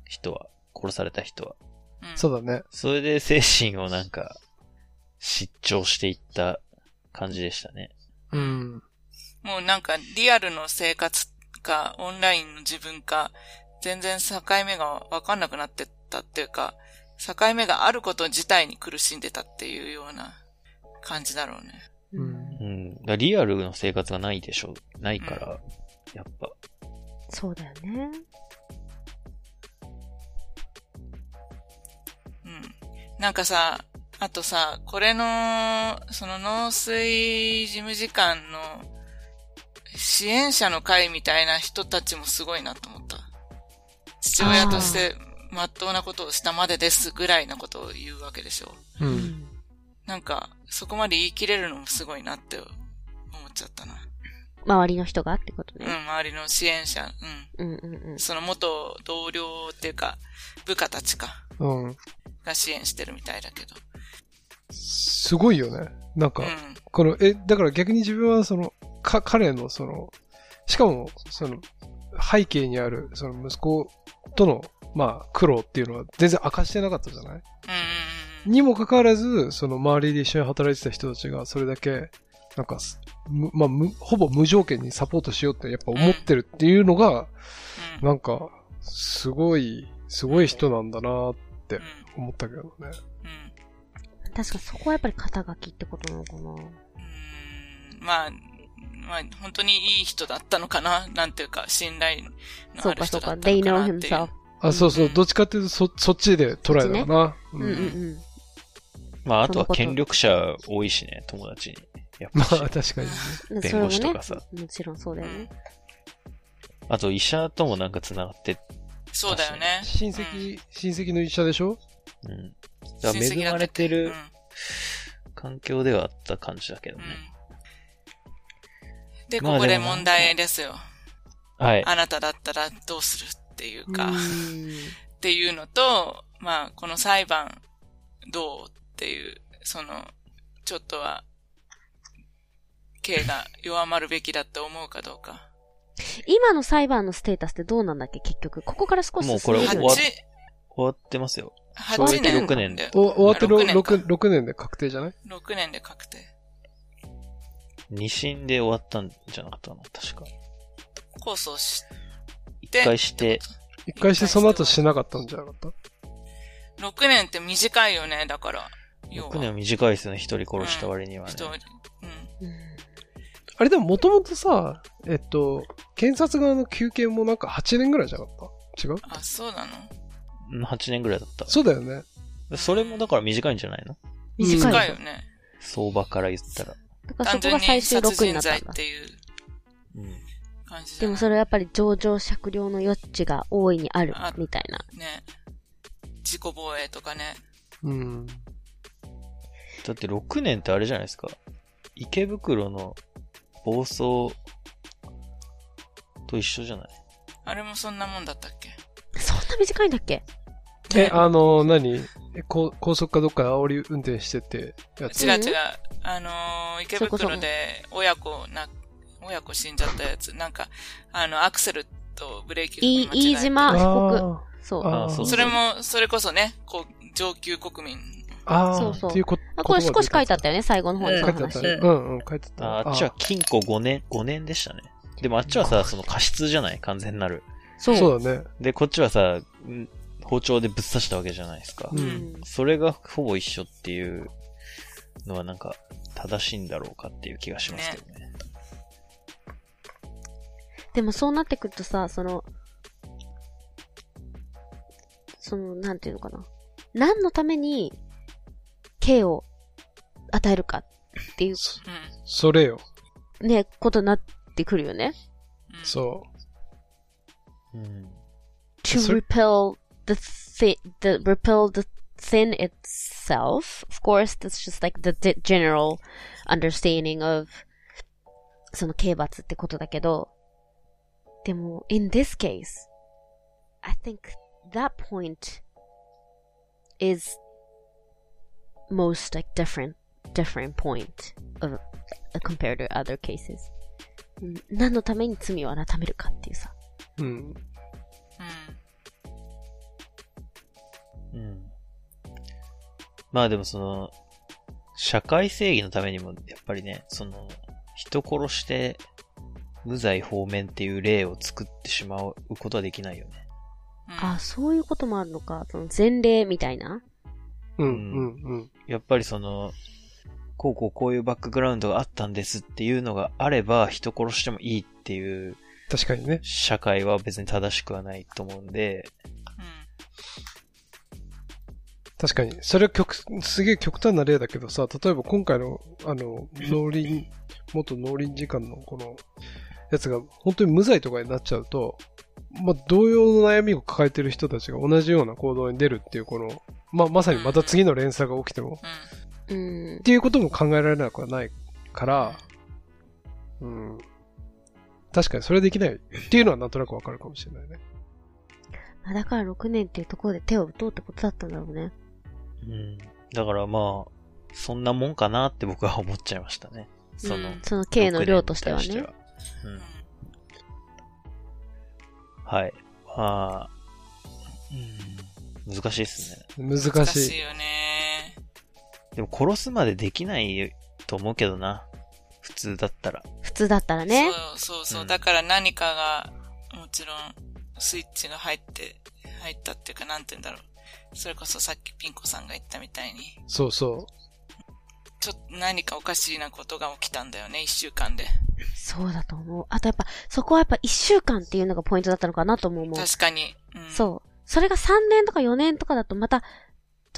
Speaker 3: 人は、殺された人は。
Speaker 4: うん
Speaker 2: そうだね。
Speaker 3: それで精神をなんか、失調していった感じでしたね。
Speaker 2: うん。
Speaker 4: もうなんかリアルの生活かオンラインの自分か全然境目がわかんなくなってったっていうか境目があること自体に苦しんでたっていうような感じだろうね。
Speaker 1: う
Speaker 2: うんん
Speaker 3: うん。だからリアルの生活がないでしょないから、やっぱ、
Speaker 1: そうだよね。
Speaker 4: うん。なんかさ、あとさ、これの、その農水事務次官の支援者の会みたいな人たちもすごいなと思った。父親として真っ当なことをしたまでですぐらいのことを言うわけでしょ。
Speaker 2: う。
Speaker 1: うんん
Speaker 4: なんか、そこまで言い切れるのもすごいなって思っちゃったな。
Speaker 1: 周りの人がってこと
Speaker 4: うん、
Speaker 1: ね。
Speaker 4: 周りの支援者、
Speaker 1: うんうんうん
Speaker 4: うん。その元同僚っていうか、部下たちか、
Speaker 2: うん。
Speaker 4: が支援してるみたいだけど。
Speaker 2: すごいよね。なんか、
Speaker 4: うん。
Speaker 2: この、え、だから逆に自分はその、か、彼のその、しかも、その、背景にある、その息子との、まあ、苦労っていうのは全然明かしてなかったじゃない
Speaker 4: うんうん
Speaker 2: にもかかわらず、その周りで一緒に働いてた人たちがそれだけ、なんかす、むまあ、むほぼ無条件にサポートしようってやっぱ思ってるっていうのが、
Speaker 4: うん
Speaker 2: なんか、すごい、すごい人なんだなって思ったけどね。
Speaker 4: うん
Speaker 1: 確かそこはやっぱり肩書きってことなのかな。
Speaker 4: うーんまあ、まあ、本当にいい人だったのかななんていうか、信頼の
Speaker 1: そ
Speaker 4: あ
Speaker 1: う
Speaker 4: る
Speaker 1: かそ
Speaker 4: 人
Speaker 1: うか。
Speaker 4: だった
Speaker 1: They
Speaker 4: のか
Speaker 1: know
Speaker 4: なっていう
Speaker 1: himself.
Speaker 2: あ、そうそうう、
Speaker 4: ん
Speaker 2: どっちかっていうと、そ、そっちで捉えたのかな。
Speaker 1: うんうんうん。
Speaker 3: まあ、あとは
Speaker 1: そのこと
Speaker 3: 権力者多いしね、友達に。やっ
Speaker 2: ま
Speaker 3: ぱ
Speaker 2: あ、
Speaker 3: し。
Speaker 2: 確かにね。
Speaker 1: で
Speaker 3: 弁護士とかさ
Speaker 1: それもね、もちろんそうだよね。
Speaker 3: あと、医者ともなんか繋がって、
Speaker 4: そうだよね。
Speaker 2: 親戚、親戚の医者でしょ
Speaker 3: うん。だから
Speaker 4: 親
Speaker 3: 恵
Speaker 4: 戚だった
Speaker 3: まれて
Speaker 4: うん。う
Speaker 3: る
Speaker 4: ん
Speaker 3: 環境ではあった感じだけどね。
Speaker 4: で、
Speaker 3: まあ
Speaker 4: ここで
Speaker 3: でもなんか
Speaker 4: 問題ですよ。
Speaker 3: はい。
Speaker 4: あなただったらどうするっていうか、
Speaker 1: う
Speaker 4: っ
Speaker 1: ん
Speaker 4: ていうのと、まあ、この裁判、どうっていう、その、ちょっと は、刑が弱まるべきだって思うかどうか。
Speaker 1: 今の裁判のステータスってどうなんだっけ、結局。ここから少し進んで
Speaker 3: これ
Speaker 1: るよね
Speaker 3: 終
Speaker 4: 8
Speaker 3: わっ、終わってますよ。懲
Speaker 4: 8
Speaker 3: 役
Speaker 4: 年
Speaker 3: 6年で
Speaker 2: お終わって
Speaker 4: あ六年か
Speaker 2: 6, 6年で確定じゃない
Speaker 4: 6年で確定。
Speaker 3: 二審で終わったんじゃなかったかな、確か。
Speaker 4: 控訴し
Speaker 3: 一回して、
Speaker 2: 一回してその後しなかったんじゃなかった
Speaker 4: 6年って短いよね、だから。要
Speaker 3: 6
Speaker 4: は
Speaker 3: 年は短いですね、一人殺した割にはね。
Speaker 4: 人、うん。
Speaker 2: あれでももともとさ、えっと、検察側の求刑もなんか8年ぐらいじゃなかった違う
Speaker 4: あ、そうなの
Speaker 3: うん8年ぐらいだった。
Speaker 2: そうだよね。
Speaker 3: それもだから短いんじゃないの
Speaker 1: 短い
Speaker 4: 短い
Speaker 1: よ
Speaker 4: よ。ね。
Speaker 3: 相場から言ったら。
Speaker 1: だからそ
Speaker 4: 単
Speaker 1: こ
Speaker 4: 純
Speaker 1: が
Speaker 4: に
Speaker 1: 最終
Speaker 4: 殺
Speaker 1: 6にな
Speaker 4: 人
Speaker 1: った
Speaker 4: 罪
Speaker 1: んだ
Speaker 4: っ。ていう
Speaker 3: うん。
Speaker 4: 感じじ
Speaker 1: で
Speaker 4: ゃな
Speaker 1: も
Speaker 4: い
Speaker 1: それはやっぱり上場酌量の余地が大いにある
Speaker 4: あ、
Speaker 1: みたいな。
Speaker 4: ね。自己防衛とかね。
Speaker 2: うん。
Speaker 3: だって6年ってあれじゃないですか。池袋の暴走と一緒じゃない
Speaker 4: あれもそんなもんだったっけ
Speaker 1: そんな短いんだっけ
Speaker 2: え、あの、何え高高速かどっかで煽り運転してってやつ。
Speaker 4: 違う違う。あのー池
Speaker 1: それこそ
Speaker 4: 袋で親子な、親子死んじゃったやつ。なんか、あの、アクセルとブレーキ
Speaker 1: い
Speaker 4: 踏み間違えて
Speaker 1: 飯島あ被そう。
Speaker 2: あー
Speaker 3: あそう
Speaker 4: それも、それこそね、こう、上級国民。
Speaker 2: あー
Speaker 1: そうそう
Speaker 2: っていうこ
Speaker 1: あこれ少し書いてあ
Speaker 2: っ
Speaker 1: ったよね、最後の方に
Speaker 4: た
Speaker 1: その
Speaker 2: 書いてあった
Speaker 1: 話。
Speaker 2: ね。
Speaker 4: う
Speaker 2: うんうん、書いてあった。
Speaker 3: ああっちは禁錮5年、5年でしたね。でもあっちはさ、その過失じゃない完全なる。
Speaker 2: あ
Speaker 1: そう。
Speaker 2: そうだね。
Speaker 3: で、こっちはさ、ん包丁でぶっ刺したわけじゃないですか
Speaker 2: う。。
Speaker 1: うんん
Speaker 3: それがほぼ一緒っていうのはなんか正しいんだろうかっていう気がしますけどね。
Speaker 1: でもそうなってくるとさ、その、その、なんていうのかな。何のために、刑を与えるかっていう、
Speaker 2: そ
Speaker 4: うん。
Speaker 2: それよ。
Speaker 1: ね、ことになってくるよね。
Speaker 4: うん
Speaker 2: そう。
Speaker 3: うん。
Speaker 1: to
Speaker 2: それ
Speaker 1: repel the thi- the repel the thin itself. Of course, that's just like the d- general understanding of その刑罰ってことだけど、でも、in this case, I think that point is most like different, different point of compared to other cases. うん何のために罪を改めるかっていうさ。
Speaker 2: うん。
Speaker 3: う
Speaker 4: うん
Speaker 3: ん。まあでもその、社会正義のためにも、やっぱりね、その、人殺して、無罪方面っていう例を作ってしまうことはできないよね。
Speaker 4: うん
Speaker 1: あ、そういうこともあるのか。その前例みたいな。
Speaker 2: うん、うん、うん。
Speaker 3: やっぱりその、こうこうこういうバックグラウンドがあったんですっていうのがあれば、人殺してもいいっていう
Speaker 2: 確かにね。
Speaker 3: 社会は別に正しくはないと思うんで、
Speaker 4: うん
Speaker 2: 確かに。それは極、すげえ極端な例だけどさ、例えば今回の、あの、農林、元農林次官のこの、やつが本当に無罪とかになっちゃうと、まあ、同様の悩みを抱えてる人たちが同じような行動に出るっていう、この、まあ、まさにまた次の連鎖が起きても、
Speaker 4: う
Speaker 1: うん
Speaker 2: っ。ていうことも考えられなくはないから、うん。確かにそれはできないっていうのはなんとなくわかるかもしれないね。
Speaker 1: まあだから6年っていうところで手を打とうってことだったんだろうね。
Speaker 3: うん。だからまあ、そんなもんかなって僕は思っちゃいましたね。その、
Speaker 4: うん
Speaker 1: その刑の量としてはね。
Speaker 3: 6年に対してはうん
Speaker 4: ん。
Speaker 3: はい。まあ、うん、難しいですね。
Speaker 2: 難しい。
Speaker 4: 難しいよね。
Speaker 3: でも殺すまでできないと思うけどな。普通だったら。
Speaker 1: 普通だったらね。
Speaker 4: そうそうそう、
Speaker 3: うん
Speaker 4: だから何かが、もちろん、スイッチが入って、入ったっていうか、なんて言うんだろう。それこそさっきピン子さんが言ったみたいに、
Speaker 2: そうそ
Speaker 4: ちょっと何かおかしいなことが起きたんだよね、一週間で。
Speaker 1: そうだと思う。あとやっぱ、そこはやっぱ一週間っていうのがポイントだったのかなとも思う。
Speaker 4: 確かに。うん、
Speaker 1: そう。それが3年とか4年とかだとまた、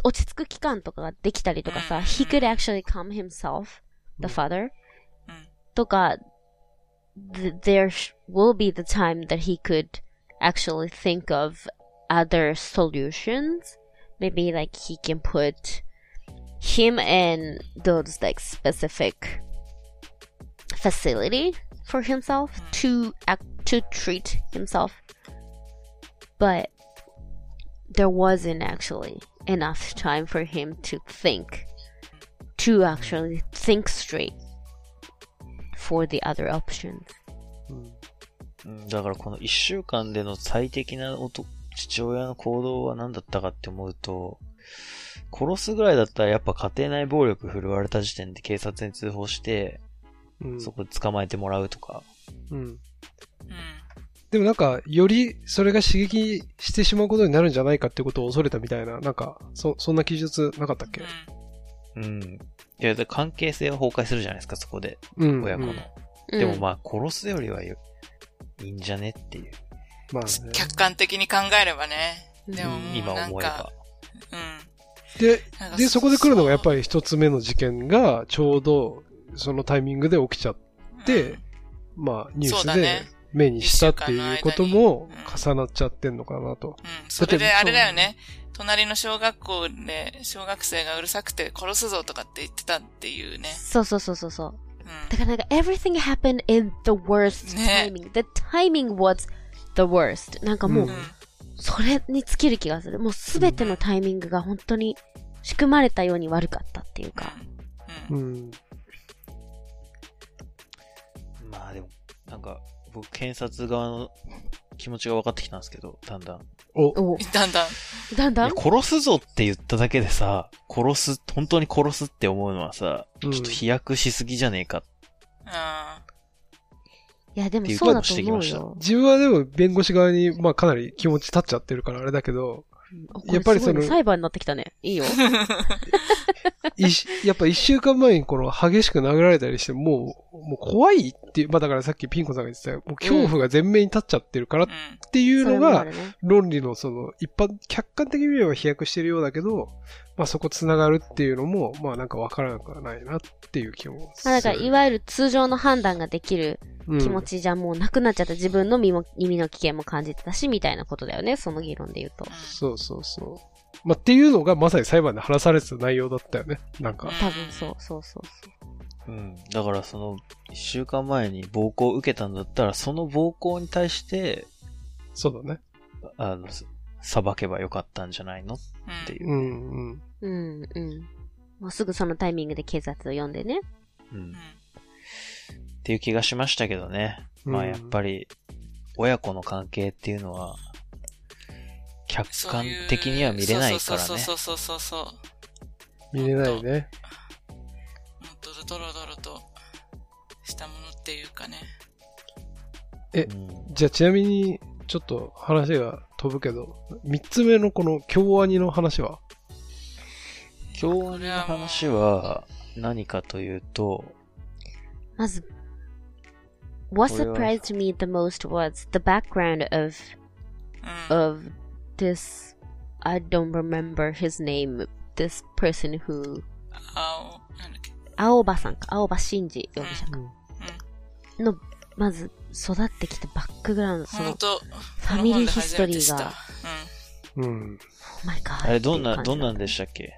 Speaker 1: 落ち着く期間とかができたりとかさ、
Speaker 4: うん
Speaker 1: he could actually calm himself, the father,
Speaker 4: うん。
Speaker 1: とか、th- there sh- will be the time that he could actually think of other solutions. Maybe like he can put him in those like specific facility for himself
Speaker 4: Mm.
Speaker 1: to act, to treat himself. But there wasn't actually enough time for him to think to actually think straight for the other options.
Speaker 2: う。うん
Speaker 3: うん、だからこの一週間での最適なおと父親の行動は何だったかって思うと、殺すぐらいだったらやっぱ家庭内暴力振るわれた時点で警察に通報して、
Speaker 2: うん
Speaker 3: そこで捕まえてもらうとか。
Speaker 2: うん
Speaker 4: うん。
Speaker 2: でもなんか、よりそれが刺激してしまうことになるんじゃないかってことを恐れたみたいな、なんか、そ、そんな記述なかったっけ
Speaker 3: うん。いや、だから関係性は崩壊するじゃないですか、そこで。
Speaker 2: うん。
Speaker 3: 親子の。
Speaker 2: うん
Speaker 3: で
Speaker 1: Mm.
Speaker 3: もまあ、殺すよりはよいいんじゃねっていう。
Speaker 2: まあ
Speaker 4: う
Speaker 2: ね
Speaker 4: ん。。客観的に考えればね。でももう
Speaker 3: 今
Speaker 4: なん
Speaker 3: 思え
Speaker 4: か
Speaker 3: ば。、
Speaker 4: うん。
Speaker 2: で、
Speaker 4: なんか
Speaker 2: で、そこで来るのがやっ
Speaker 4: り
Speaker 2: ぱり一つ目の事件が、ちょうど、そのタイミングで起きちゃっでまあ、ニュー
Speaker 4: そう
Speaker 2: ス
Speaker 4: だ
Speaker 2: で
Speaker 4: ね
Speaker 2: 目にしたっていうことも
Speaker 4: 一週間
Speaker 2: 重な
Speaker 4: の間に
Speaker 2: っちゃってんのかなと。
Speaker 4: うん。それであれだよね。隣の小学校で、小学生がうるさくて殺すぞとかって言ってたっていうね。
Speaker 1: そうそうそうそうそう。だからなんか
Speaker 4: うん。
Speaker 1: everything happened in the worst
Speaker 4: ね。
Speaker 1: timing. The timing was the worst.
Speaker 2: うん
Speaker 4: うん
Speaker 1: なんかもう、それに尽きる気がする。もうすべてのタイミングが本当に仕組まれたように悪かったっていうか。
Speaker 4: うん。
Speaker 2: うん。
Speaker 3: まあでも、なんか、僕、検察側の気持ちが分かってきたんですけど、だんだん。
Speaker 2: お、
Speaker 1: お、
Speaker 4: だんだん。
Speaker 1: だんだん
Speaker 3: いや殺すぞって言っただけでさ、殺す、本当に殺すって思うのはさ、
Speaker 2: うん
Speaker 3: ちょっと飛躍しすぎじゃねえか。
Speaker 4: あ
Speaker 1: いや、でもそうだと思うよ。
Speaker 2: 自分はでも弁護士側に、まあかなり気持ち立っちゃってるからあれだけど、
Speaker 1: うん。
Speaker 2: やっぱりそ
Speaker 1: これす
Speaker 2: の、
Speaker 1: ごいね。裁判になってきたね。いいよ。
Speaker 2: いしやっぱ一週間前にこの激しく殴られたりして、もう、もう怖いっていう、まあだからさっきピン子さんが言ってたよ、もう恐怖が前面に立っちゃってるから
Speaker 4: ー
Speaker 2: っ
Speaker 4: うん。
Speaker 2: ていうのが、
Speaker 1: それもあるね。
Speaker 2: 論理のその一般、客観的に見れば飛躍してるようだけど、まあそこ繋がるっていうのも、まあなんかわからなくはないなっていう気もする。
Speaker 1: まあだから、いわゆる通常の判断ができる
Speaker 2: うん
Speaker 1: 気持ちじゃもうなくなっちゃった自分の身も、耳の危険も感じてたし、みたいなことだよね。その議論で言うと。
Speaker 2: そうそうそう。まあっていうのがまさに裁判で話されてた内容だったよね。なんか。
Speaker 1: 多分そう、そうそうそう。
Speaker 3: うん。だからその、一週間前に暴行を受けたんだったら、その暴行に対して、
Speaker 2: そうだね。
Speaker 3: あの、す裁けばよかったんじゃないのっ
Speaker 4: うん
Speaker 3: ていう。
Speaker 2: うんうん。
Speaker 1: うん、うん。もうすぐそのタイミングで警察を呼んでね。
Speaker 3: うん。
Speaker 4: うん
Speaker 3: っていう気がしましたけどね。まあやっぱり、親子の関係っていうのは、客
Speaker 4: そう
Speaker 3: 観
Speaker 4: いう
Speaker 3: 的には見れないから
Speaker 4: そう
Speaker 3: ね
Speaker 4: そ。うそうそうそうそう。
Speaker 2: り。見れないね。
Speaker 4: もうドロドロドロとしたものっていうかね。
Speaker 3: うん
Speaker 2: じゃあちなみに、ちょっと話が飛ぶけど、三つ目のこの京アニの話は
Speaker 3: 京アニの話は何かというと、
Speaker 1: まず、what
Speaker 3: これは
Speaker 1: surprised me the most was the background of,
Speaker 4: うん。
Speaker 1: of this, I don't remember his name, this person who,
Speaker 4: あお、なんだっけ。
Speaker 1: 青葉さんか、青葉真司容疑者か
Speaker 2: うん。
Speaker 1: の、まず、育ってきたバックグラウンド、そ
Speaker 4: ほん
Speaker 1: の、
Speaker 4: と、
Speaker 1: ファミリーヒストリーが、
Speaker 2: うん。
Speaker 1: Oh my god
Speaker 3: あれどんな、
Speaker 1: ってい
Speaker 3: ど
Speaker 1: うん感じだった
Speaker 3: なんでしたっけ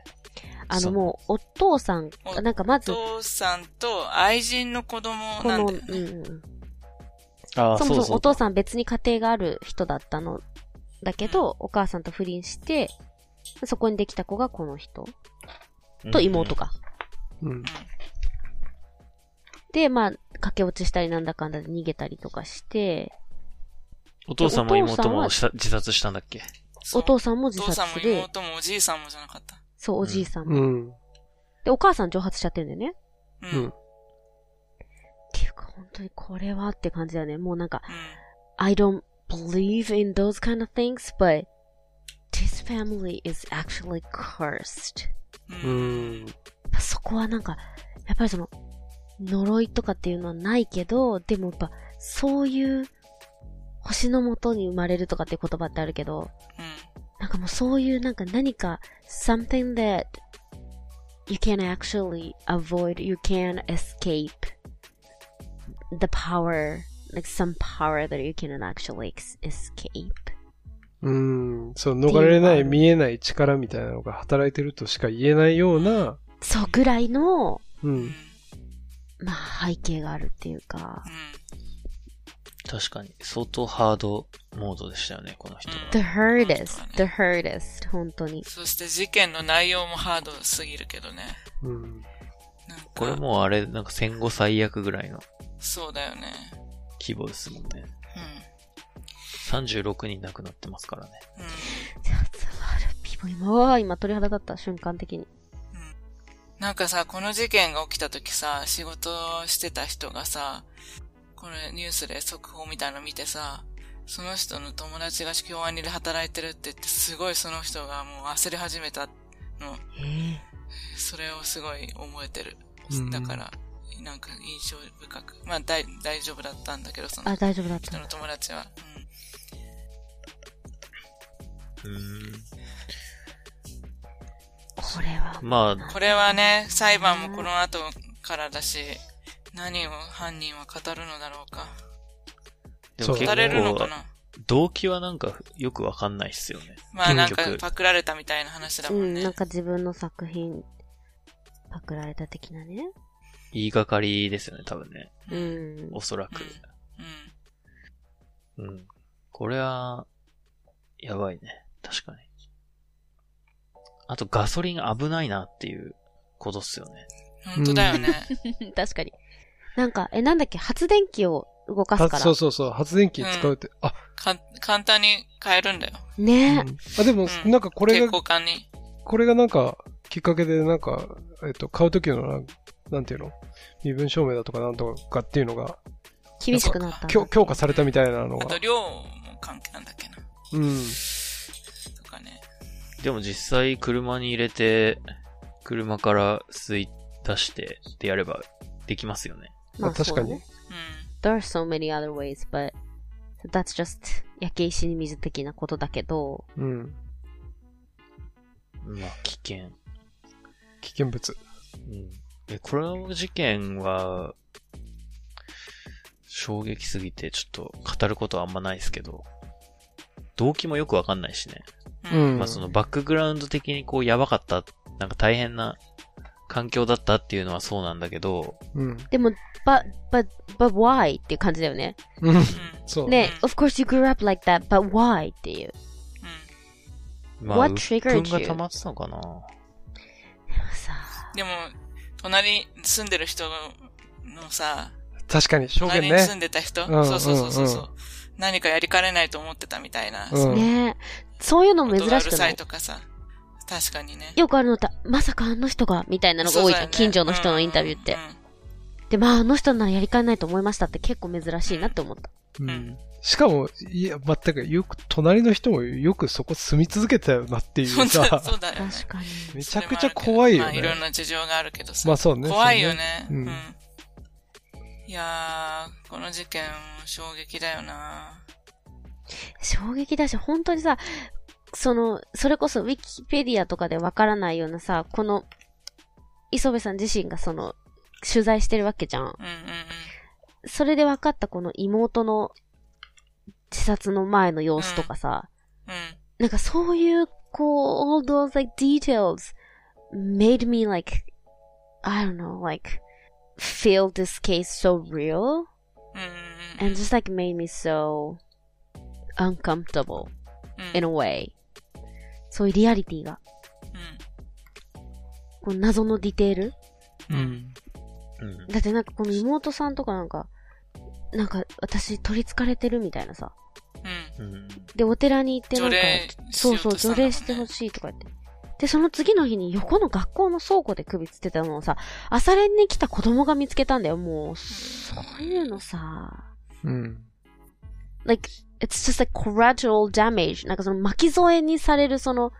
Speaker 1: あ
Speaker 3: そ
Speaker 1: の
Speaker 3: の
Speaker 1: もう、お父さん
Speaker 4: お、
Speaker 1: なんかま
Speaker 4: う
Speaker 1: ず、
Speaker 4: ん。
Speaker 1: こ
Speaker 4: お父さんと愛人の子供なん
Speaker 1: の、
Speaker 4: だ
Speaker 1: う
Speaker 4: よ
Speaker 1: ん
Speaker 4: ね。
Speaker 1: うん、
Speaker 3: ああ、
Speaker 1: そ
Speaker 3: そ
Speaker 1: も
Speaker 3: う
Speaker 1: そ
Speaker 3: そ
Speaker 1: も
Speaker 3: う
Speaker 1: お。父さん別に家庭がある人だったの、だけど、お母さんと不倫して、そこにできた子がこの人と妹か。
Speaker 2: うん。
Speaker 1: で、まあ、駆け落ちしたりなんだかんだで逃げたりとかして、
Speaker 3: お父さんも
Speaker 1: お父さ
Speaker 3: 妹
Speaker 1: んは
Speaker 3: もした自殺したんだっけ
Speaker 4: そ
Speaker 1: お
Speaker 4: う
Speaker 1: 父さんも
Speaker 4: お
Speaker 1: 自
Speaker 4: 父さんも
Speaker 1: 殺で、
Speaker 4: 妹もおじいさんもじゃなかった。
Speaker 1: そう、おじいさんも。
Speaker 2: うん。
Speaker 1: で、お母さん蒸発しちゃってるんだよね。
Speaker 4: う
Speaker 2: うん
Speaker 4: ん。
Speaker 1: っていうか、本当にこれはって感じだよね。もうなんか、I don't believe in those kind of things, but this family is actually cursed.
Speaker 4: うん
Speaker 2: う
Speaker 4: う
Speaker 2: ん。
Speaker 4: ん
Speaker 1: そこはなんか、やっぱりその、呪いとかっていうのはないけど、でもやっぱ、そういう、星の元に生まれるとかっていう言葉ってあるけど、なんかもうそういうなんか何か something that you can actually avoid, you can escape the power, like some power that you can actually ex- escape.
Speaker 2: うん。そう、逃れない、見えない力みたいなのが働いてるとしか言えないような、
Speaker 1: そうぐらいの、
Speaker 2: う
Speaker 4: うん
Speaker 2: ん。
Speaker 1: まあ背景があるっていうか、
Speaker 3: 確かに、相当ハードモードでしたよね、この人は。
Speaker 1: the hardest, the hardest, 本当に。
Speaker 4: そして事件の内容もハードすぎるけどね。
Speaker 2: うん。
Speaker 4: なんか
Speaker 3: これもうあれ、なんか戦後最悪ぐらいの
Speaker 4: そうだよね。
Speaker 3: 規模ですもんね。
Speaker 4: う
Speaker 3: 36人亡くなってますからね。
Speaker 4: ん。うん。
Speaker 1: That's a lot of people. 今は、今鳥肌立った瞬間的に。
Speaker 4: なんかさ、この事件が起きた時さ、仕事をしてた人がさ、これニュースで速報みたいの見てさ、その人の友達が京アニで働いてるって言って、すごいその人がもう焦り始めたの。それをすごい覚えてる
Speaker 2: うん。
Speaker 4: だから、なんか印象深く。まあ、大大丈夫だったんだけど、その
Speaker 1: あ、大丈夫だっ
Speaker 4: 人
Speaker 1: た。
Speaker 4: の友達は。うん
Speaker 1: これは。
Speaker 3: まあ、
Speaker 4: これはね、裁判もこの後からだし、何を犯人は語るのだろうか。
Speaker 3: でも
Speaker 2: そう
Speaker 3: 結
Speaker 4: 語れるのか
Speaker 3: 構、
Speaker 4: な
Speaker 3: 動機はなんかよくわかんないっすよね。
Speaker 4: まあなんか
Speaker 3: 結局
Speaker 4: パクられたみたいな話だ
Speaker 1: う
Speaker 4: も
Speaker 1: ん、
Speaker 4: んね。
Speaker 1: なんか自分の作品、パクられた的なね。
Speaker 3: 言いがかりですよね、多分ね。
Speaker 1: うん。
Speaker 3: おそらく。
Speaker 4: うん。
Speaker 3: うん。これは、やばいね。確かに。あとガソリン危ないなっていうことっすよね。
Speaker 4: 本当だよね。
Speaker 1: 確かに。なんか、え、なんだっけ、発電機を動かす
Speaker 2: は
Speaker 1: から。
Speaker 2: そうそうそう、発電機使うって。あ、
Speaker 4: かん簡単に買えるんだよ。
Speaker 1: ね、
Speaker 2: うんあ、でも、
Speaker 4: うん
Speaker 2: なんかこれ
Speaker 4: 結
Speaker 2: が
Speaker 4: 構、簡単に。
Speaker 2: これがなんか、きっかけで、なんか、えっと、買う時のなん、なんていうの身分証明だとかなんとかっていうのが、
Speaker 1: 厳しくなったんだ。
Speaker 2: 強強化されたみたいなの
Speaker 4: あ
Speaker 2: が
Speaker 4: と。量も関係なんだっけな。
Speaker 2: うん。
Speaker 4: とかね。
Speaker 3: でも実際車に入れて、車から吸い出してってやればできますよね。
Speaker 1: まあ、
Speaker 2: 確かに
Speaker 1: そうだね。
Speaker 4: う
Speaker 1: There are so many other ways, but that's just 焼け石に水的なことだけど、
Speaker 2: うん。
Speaker 3: まあ危険。
Speaker 2: 危険物。
Speaker 3: うん。え、これの事件は、衝撃すぎてちょっと語ることはあんまないですけど、動機もよくわかんないしね。
Speaker 4: ん。うん。
Speaker 2: うん
Speaker 3: まあそのバックグラウンド的にこうやばかった、なんか大変な環境だったっていうのはそうなんだけど、
Speaker 2: うん。
Speaker 1: でも、but, but, but why? っていう感じだよね。
Speaker 2: うん。そう。
Speaker 1: ね、of course you grew up like that, but why? っていう。
Speaker 4: うん。
Speaker 3: まあ、
Speaker 1: What
Speaker 3: 鬱
Speaker 1: triggered
Speaker 3: 憤が
Speaker 1: you?
Speaker 3: 溜まってたのかな
Speaker 1: でもさ、
Speaker 4: うんでも、隣に住んでる人のさ、
Speaker 2: 確かに、証
Speaker 4: 隣
Speaker 2: 言
Speaker 4: に住
Speaker 2: ね。
Speaker 4: んでた人、
Speaker 2: うん
Speaker 4: そうそうそうそうそう
Speaker 2: うんう
Speaker 4: 何かやりかねないと思ってたみたいな。
Speaker 2: うん
Speaker 1: ねそういうの
Speaker 4: 音
Speaker 1: 珍
Speaker 4: がう
Speaker 1: し
Speaker 4: る
Speaker 1: く
Speaker 4: さ
Speaker 1: ないい
Speaker 4: とかさ。確かにね。
Speaker 1: よくあるのって、まさかあの人が、みたいなのが多いじゃん、
Speaker 4: そうだよね
Speaker 1: 近所の人のインタビューって。
Speaker 4: うんうんうん
Speaker 1: で、まあ、あの人ならやりかねないと思いましたって結構珍しいなって思った。
Speaker 2: うん。しかも、いや、全く、よく、隣の人もよくそこ住み続けたよなっていう
Speaker 4: 本当だ
Speaker 2: さ、
Speaker 4: そうだよね。
Speaker 1: 確かに。
Speaker 2: めちゃくちゃ怖いよ
Speaker 4: まあ、いろん
Speaker 2: ね。
Speaker 4: な事情があるけどさ。
Speaker 2: まあそうね。
Speaker 4: 怖いよね。
Speaker 2: そううね
Speaker 4: ん。いやー、この事件、衝撃だよな。
Speaker 1: 衝撃だし、本当にさ、その、それこそウィキペディアとかでわからないようなさ、この、磯部さん自身がその、取材してるわけじゃん。
Speaker 4: うんうんうん。
Speaker 1: それで分かったこの妹の自殺の前の様子とかさ、
Speaker 4: う
Speaker 1: なんかそういう、こう、all those like details made me like, I don't know, like, feel this case so real
Speaker 4: ん。うんうんうん
Speaker 1: and just like made me so uncomfortable
Speaker 4: うん。
Speaker 1: in a way. そういうリアリティが。この謎のディテール
Speaker 2: うん。
Speaker 3: うん。
Speaker 1: だってなんかこの妹さんとかなんか、なんか私取り憑かれてるみたいなさ。
Speaker 4: うん。うん。
Speaker 3: うん。
Speaker 1: で、お寺に行ってなん
Speaker 4: 除
Speaker 1: か
Speaker 4: 霊、し
Speaker 1: そ
Speaker 4: よ
Speaker 1: う
Speaker 4: うとした
Speaker 1: そ
Speaker 4: ん
Speaker 1: う、
Speaker 4: だも
Speaker 1: 除
Speaker 4: んね
Speaker 1: 霊してほしいとか言って。で、その次の日に横の学校の倉庫で首つってたのをさ、朝練に来た子供が見つけたんだよ。もう、そういうのさ。
Speaker 2: うん。
Speaker 1: like, it's just like collateral damage. なんかその巻き添えにされるその、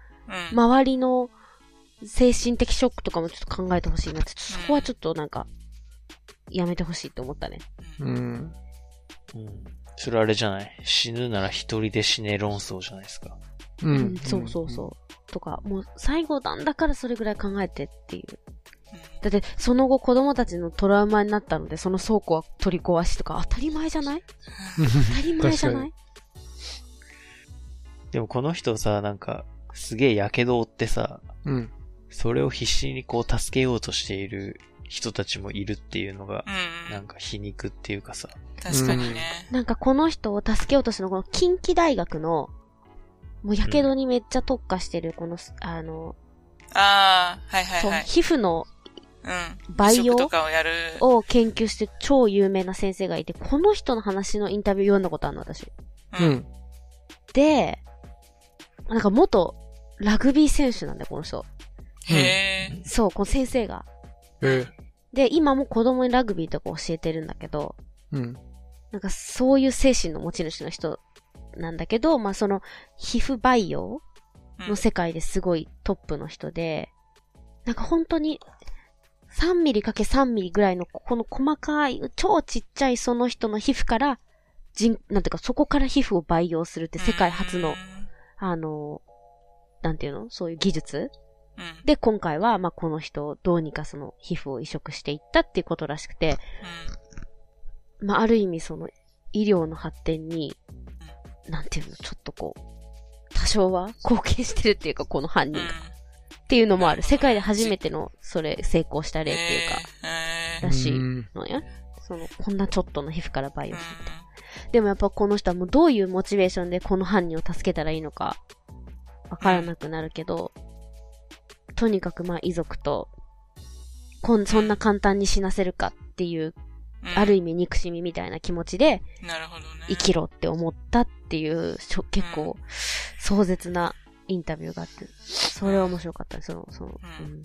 Speaker 4: うん。
Speaker 1: 周りの精神的ショックとかもちょっと考えてほしいなって、そこはちょっとなんか、やめてほしいって思ったね。
Speaker 2: うん。
Speaker 3: うん。それあれじゃない死ぬなら一人で死ね論争じゃないですか。
Speaker 2: う。
Speaker 1: うんそうそうそう。とか、もう最後なんだからそれぐらい考えてっていう。
Speaker 4: うん
Speaker 1: だって、その後子供たちのトラウマになったので、その倉庫は取り壊しとか当たり前じゃない当たり前じゃない
Speaker 3: でもこの人さ、なんか、すげえやけどを負ってさ、
Speaker 2: うん。うん。
Speaker 3: それを必死にこう助けようとしている人たちもいるっていうのが、
Speaker 4: うん。
Speaker 3: なんか皮肉っていうかさ。
Speaker 4: 確かにね。
Speaker 1: なんかこの人を助けようとしてのこの近畿大学の、もうやけどにめっちゃ特化してる、このす、あの、
Speaker 4: ああ、はいはい
Speaker 1: そう
Speaker 4: はい。
Speaker 1: 皮膚の
Speaker 4: うん。
Speaker 1: 培
Speaker 4: 移植
Speaker 1: 養
Speaker 4: とかをやる。
Speaker 1: を研究して超有名な先生がいて、この人の話のインタビュー読んだことあるの、私。
Speaker 4: う。
Speaker 2: うんん。
Speaker 1: で、なんか元ラグビー選手なんだよ、この人。
Speaker 4: へえ。
Speaker 1: そう、この先生が。
Speaker 2: ええ。
Speaker 1: で、今も子供にラグビーとか教えてるんだけど、
Speaker 2: うん。
Speaker 1: なんかそういう精神の持ち主の人なんだけど、まあその皮膚培養
Speaker 4: うん
Speaker 1: の世界ですごいトップの人で、なんか本当に3ミリ ×3 ミリぐらいのここの細かい、超ちっちゃいその人の皮膚から、人、なんていうかそこから皮膚を培養するって世界初の、あの、なんていうのそういう技術
Speaker 4: うん。うん。
Speaker 1: で、今回は、まあ、この人、どうにかその皮膚を移植していったっていうことらしくて、まあ、ある意味その医療の発展に、なんていうの、ちょっとこう、多少は貢献してるっていうか、この犯
Speaker 4: うん。
Speaker 1: 人
Speaker 4: うん
Speaker 1: が。っていうのもある。世界で初めての、それ、成功した例っていうか、
Speaker 4: えー
Speaker 1: らし
Speaker 2: う
Speaker 1: い
Speaker 2: ん
Speaker 1: のよ。その、こんなちょっとの皮膚から培
Speaker 4: う
Speaker 1: 養
Speaker 4: ん
Speaker 1: する。でもやっぱこの人はもうどういうモチベーションでこの犯人を助けたらいいのか、わからなくなるけど、とにかくまあ遺族と、こん、そんな簡単に死なせるかっていう、
Speaker 4: うん
Speaker 1: ある意味憎しみみたいな気持ちで、
Speaker 4: なるほどね。
Speaker 1: 生きろって思ったっていう、しょ結構、壮絶なインタビューがあって、それは面白かったね、その、その、
Speaker 4: う
Speaker 1: うん。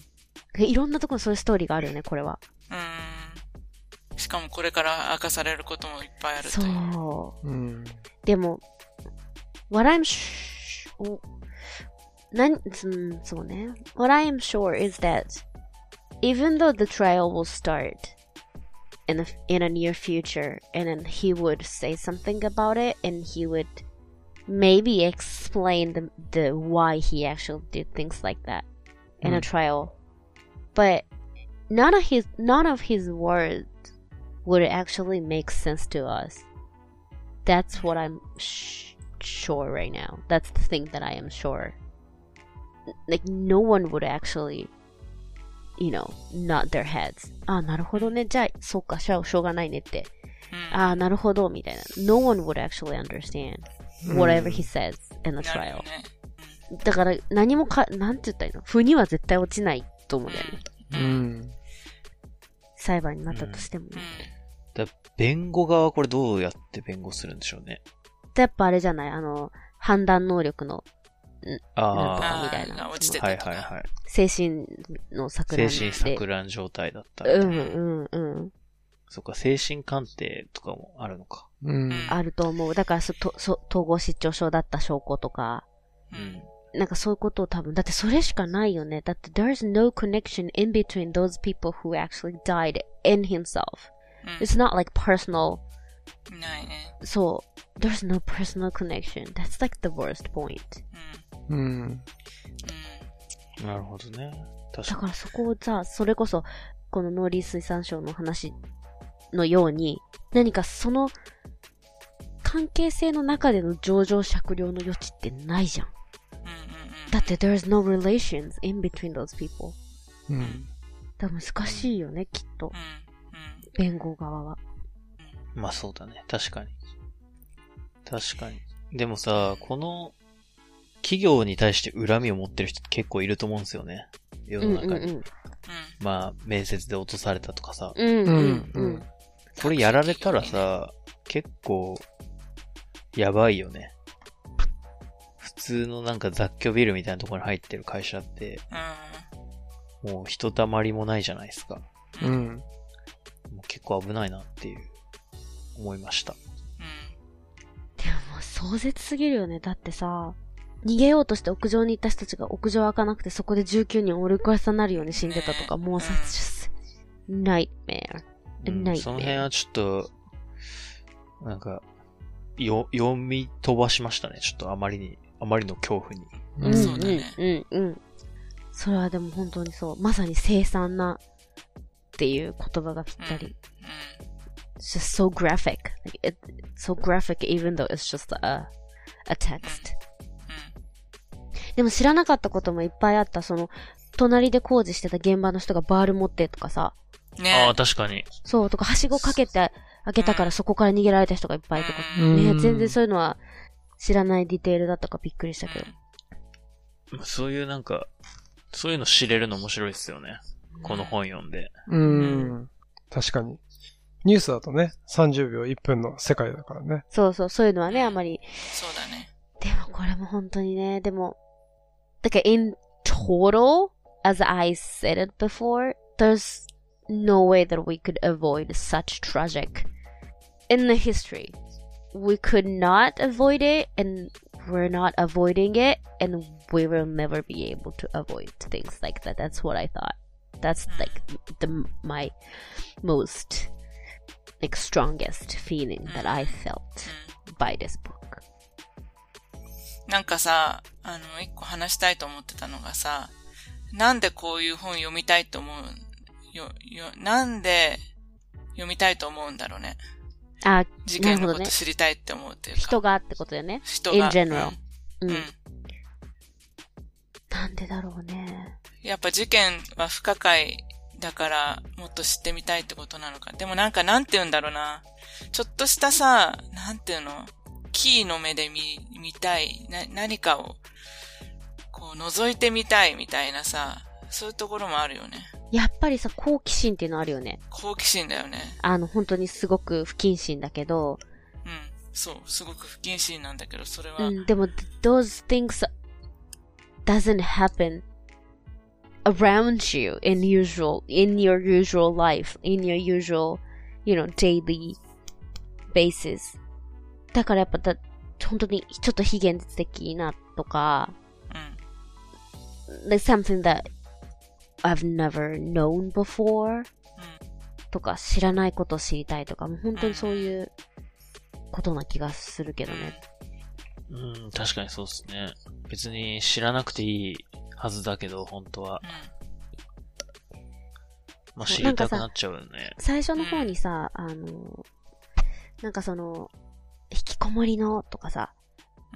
Speaker 1: でいろんなところにそういうストーリーがあるよね、これは。
Speaker 4: うん。しかもこれから明かされることもいっぱいあると
Speaker 1: そ
Speaker 4: いう。
Speaker 1: う。
Speaker 2: うん。
Speaker 1: でも、what I'm sh- お何、うんそうね。What I am sure is that even though the trial will start in a, in a near future and then he would say something about it and he would maybe explain the, the why he actually did things like that in a
Speaker 2: Mm.
Speaker 1: trial. But none of his none of his words would actually make sense to us. That's what I'm sh- sure right now. That's the thing that I am sure. Like no one would actually, you know, nod their heads. あなるほどね。じゃあ、そうか、しゃあしょうがないねって。
Speaker 4: うん
Speaker 1: あなるほど、みたいな。No one would actually understand whatever he says in the
Speaker 4: なる
Speaker 1: trial.
Speaker 4: よね。
Speaker 1: だから何もか、なんて言ったらいいの腑には絶対落ちないと思うんだよね。
Speaker 2: うん。
Speaker 1: 裁判になったとしてもね。
Speaker 3: だ弁護側はこれどうやって弁護するんでしょうね。
Speaker 1: やっぱあれじゃないあの、判断能力のなんと
Speaker 3: ああ、
Speaker 1: かみたいな。
Speaker 4: あー落ちてた
Speaker 3: はいはいはい。
Speaker 1: 精神の錯乱
Speaker 3: 精
Speaker 1: で。
Speaker 3: 神錯乱状態だった。
Speaker 1: うんうんうん。
Speaker 3: そっか、精神鑑定とかもあるのか。
Speaker 2: うん。
Speaker 1: あると思う。だからそ、と、そ、統合失調症だった証拠とか、
Speaker 4: う
Speaker 3: うんん。
Speaker 1: なんかそういうことを多分、だってそれしかないよね。だって there's no connection in between those people who actually died in himself.
Speaker 4: う
Speaker 1: It's not like personal,
Speaker 4: ん。ないね。
Speaker 1: so there's no personal connection. That's like the worst point.
Speaker 4: う
Speaker 2: う
Speaker 4: ん。
Speaker 2: ん。
Speaker 3: なるほどね。確
Speaker 1: だ
Speaker 3: か
Speaker 1: からそこをさ、それこそ、この農林水産省の話のように、何かその、関係性の中での上場酌量の余地ってないじゃん。
Speaker 4: うん。うんうんうん。
Speaker 1: だって、there's no relations in between those people.
Speaker 2: うん。
Speaker 1: だから難しいよね、きっと
Speaker 4: う。ん。
Speaker 1: 弁護側は。
Speaker 3: に。まあそうだね。確かに。確かに。でもさ、この、企業に対して恨みを持ってる人って結構いると思うんですよね。世
Speaker 1: うん
Speaker 3: の
Speaker 1: うん
Speaker 3: 中
Speaker 1: う
Speaker 3: に。
Speaker 1: ん。
Speaker 3: まあ、面接で落とされたとかさ。
Speaker 1: うんう
Speaker 2: う
Speaker 1: ん
Speaker 2: ん。
Speaker 1: う
Speaker 2: うんん。。
Speaker 3: これやられたらさ、結構、やばいよね。普普通のなんか雑居ビルみたいなところに入ってる会社って、もう人たまりもないじゃないですか。
Speaker 2: う。ん。
Speaker 3: もう結構危ないなっていう、思いました。
Speaker 4: うん
Speaker 1: でももう壮絶すぎるよね。だってさ、逃げようとして屋上に行った人たちが屋上開かなくてそこで19人折り返さになるように死んでたとか、もうさ、ナイトメア。
Speaker 3: うん
Speaker 1: ないね
Speaker 3: その辺はちょっと、なんか、よ、読み飛ばしましたね。ちょっとあまりに、あまりの恐怖に。
Speaker 2: う
Speaker 4: うん
Speaker 2: ん。
Speaker 4: そうだね
Speaker 1: うんうんうん。それはでも本当にそう。まさに凄惨なっていう言葉がぴったり。It's just so graphic. Like, it, so graphic even though it's just a, a text. でも知らなかったこともいっぱいあった。その、隣で工事してた現場の人がバール持ってとかさ、
Speaker 3: あ
Speaker 4: うん。ね
Speaker 3: あ、確かに。
Speaker 1: そうとか、はしごかけて開けたからそこから逃げられた人がいっぱいとか。
Speaker 2: うん
Speaker 1: ね全然そういうのは知らないディテールだったからびっくりしたけど。
Speaker 3: そういうなんか、そういうの知れるの面白いですよね。この本読んで。
Speaker 2: うん。確かに。ニュースだとね、30秒1分の世界だからね。
Speaker 1: そうそう、そういうのはね、あまり
Speaker 4: そうだね。
Speaker 1: でもこれも本当にね、でも、だから in total, as I said it before, there's no way that we could avoid such tragic in the history. We could not avoid it and we're not avoiding it and we will never be able to avoid things like that. That's what I thought. That's like the my most like strongest feeling that I felt by this book.
Speaker 4: なんかさ、あの、一個話したいと思ってたのがさ、なんでこういう本読みたいと思うよ、よ、なんで読みたいと思うんだろうね。
Speaker 1: あ、
Speaker 4: 事
Speaker 1: な
Speaker 4: 件
Speaker 1: るほ
Speaker 4: の
Speaker 1: ど
Speaker 4: こと
Speaker 1: ね。
Speaker 4: 知りたいって思うっていうか。
Speaker 1: 人がってことだよね。
Speaker 4: 人
Speaker 1: in
Speaker 4: が。
Speaker 1: general う。
Speaker 4: うんん。うん
Speaker 1: なんでだろうね。
Speaker 4: やっぱ事件は不可解だからもっと知ってみたいってことなのか。でもなんかなんて言うんだろうな。ちょっとしたさ、なんていうの、キーの目で見、見たい。な、何かを、こう覗いてみたいみたいなさ、そういうところもあるよね。
Speaker 1: やっぱりさ、好奇心っていうのあるよね。
Speaker 4: 好奇心だよね。
Speaker 1: あの、本当にすごく不謹慎だけど、
Speaker 4: うん。そう。すごく不謹慎なんだけど、それは。
Speaker 1: う
Speaker 4: うん。
Speaker 1: ん、でも、those things doesn't happen around you in usual, in your usual life, in your usual, you know, daily basis. だからやっぱだ、本当にちょっと非現実的なとか、like something that I've never known before とか知らないことを知りたいとかもう本当にそういうことな気がするけどね。
Speaker 3: うん、確かにそうですね。別に知らなくていいはずだけど、本当は。まあ、
Speaker 1: そう
Speaker 3: 知りたくなっちゃうよね。
Speaker 1: 最初の方にさ、あの、なんかその、引きこもりのとかさ、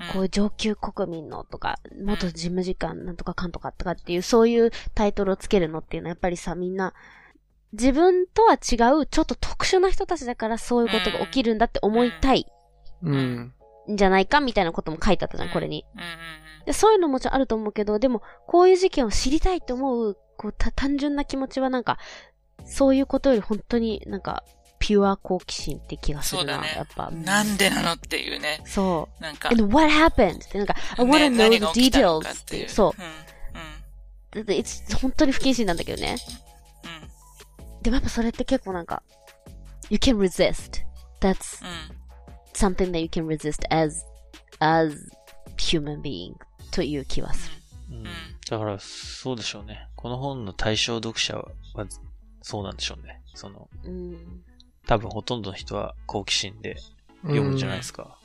Speaker 4: うん。
Speaker 1: こういう上級国民のとか、元事務次官なんとかかんとかとかっていう、そういうタイトルをつけるのっていうのはやっぱりさ、みんな、自分とは違う、ちょっと特殊な人たちだからそういうことが起きるんだって思いたい
Speaker 2: うん。
Speaker 1: んじゃないかみたいなことも書いてあったじゃん、これに。
Speaker 4: うんうん
Speaker 1: でそういうのももちろんあると思うけど、でも、こういう事件を知りたいと思う、こう、た、単純な気持ちはなんか、そういうことより本当になんか、ピュア好奇心って気がするな、
Speaker 4: そうだね
Speaker 1: やっぱ。
Speaker 4: うん。なんでなのっていうね。
Speaker 1: そ
Speaker 4: なん
Speaker 1: う。
Speaker 4: か。
Speaker 1: And what happened? ってなんか、I
Speaker 4: ね
Speaker 1: wanna know
Speaker 4: 何
Speaker 1: the
Speaker 4: が起きたの
Speaker 1: details
Speaker 4: かっ
Speaker 1: ってて
Speaker 4: い。
Speaker 1: いう。そう
Speaker 4: うん。うん。
Speaker 1: う。で、it's- 本当に不謹慎なんだけどね。
Speaker 4: う
Speaker 1: でもやっぱそれって結構なんか、you can resist. That's
Speaker 4: ん。うん。
Speaker 1: something that you can resist as, as human being という気はする。
Speaker 3: うん。だから、そうでしょうね。この本の対象読者は、そうなんでしょうね。その、
Speaker 1: うん。
Speaker 3: 多分ほとんどの人は好奇心で読むんじゃないですか。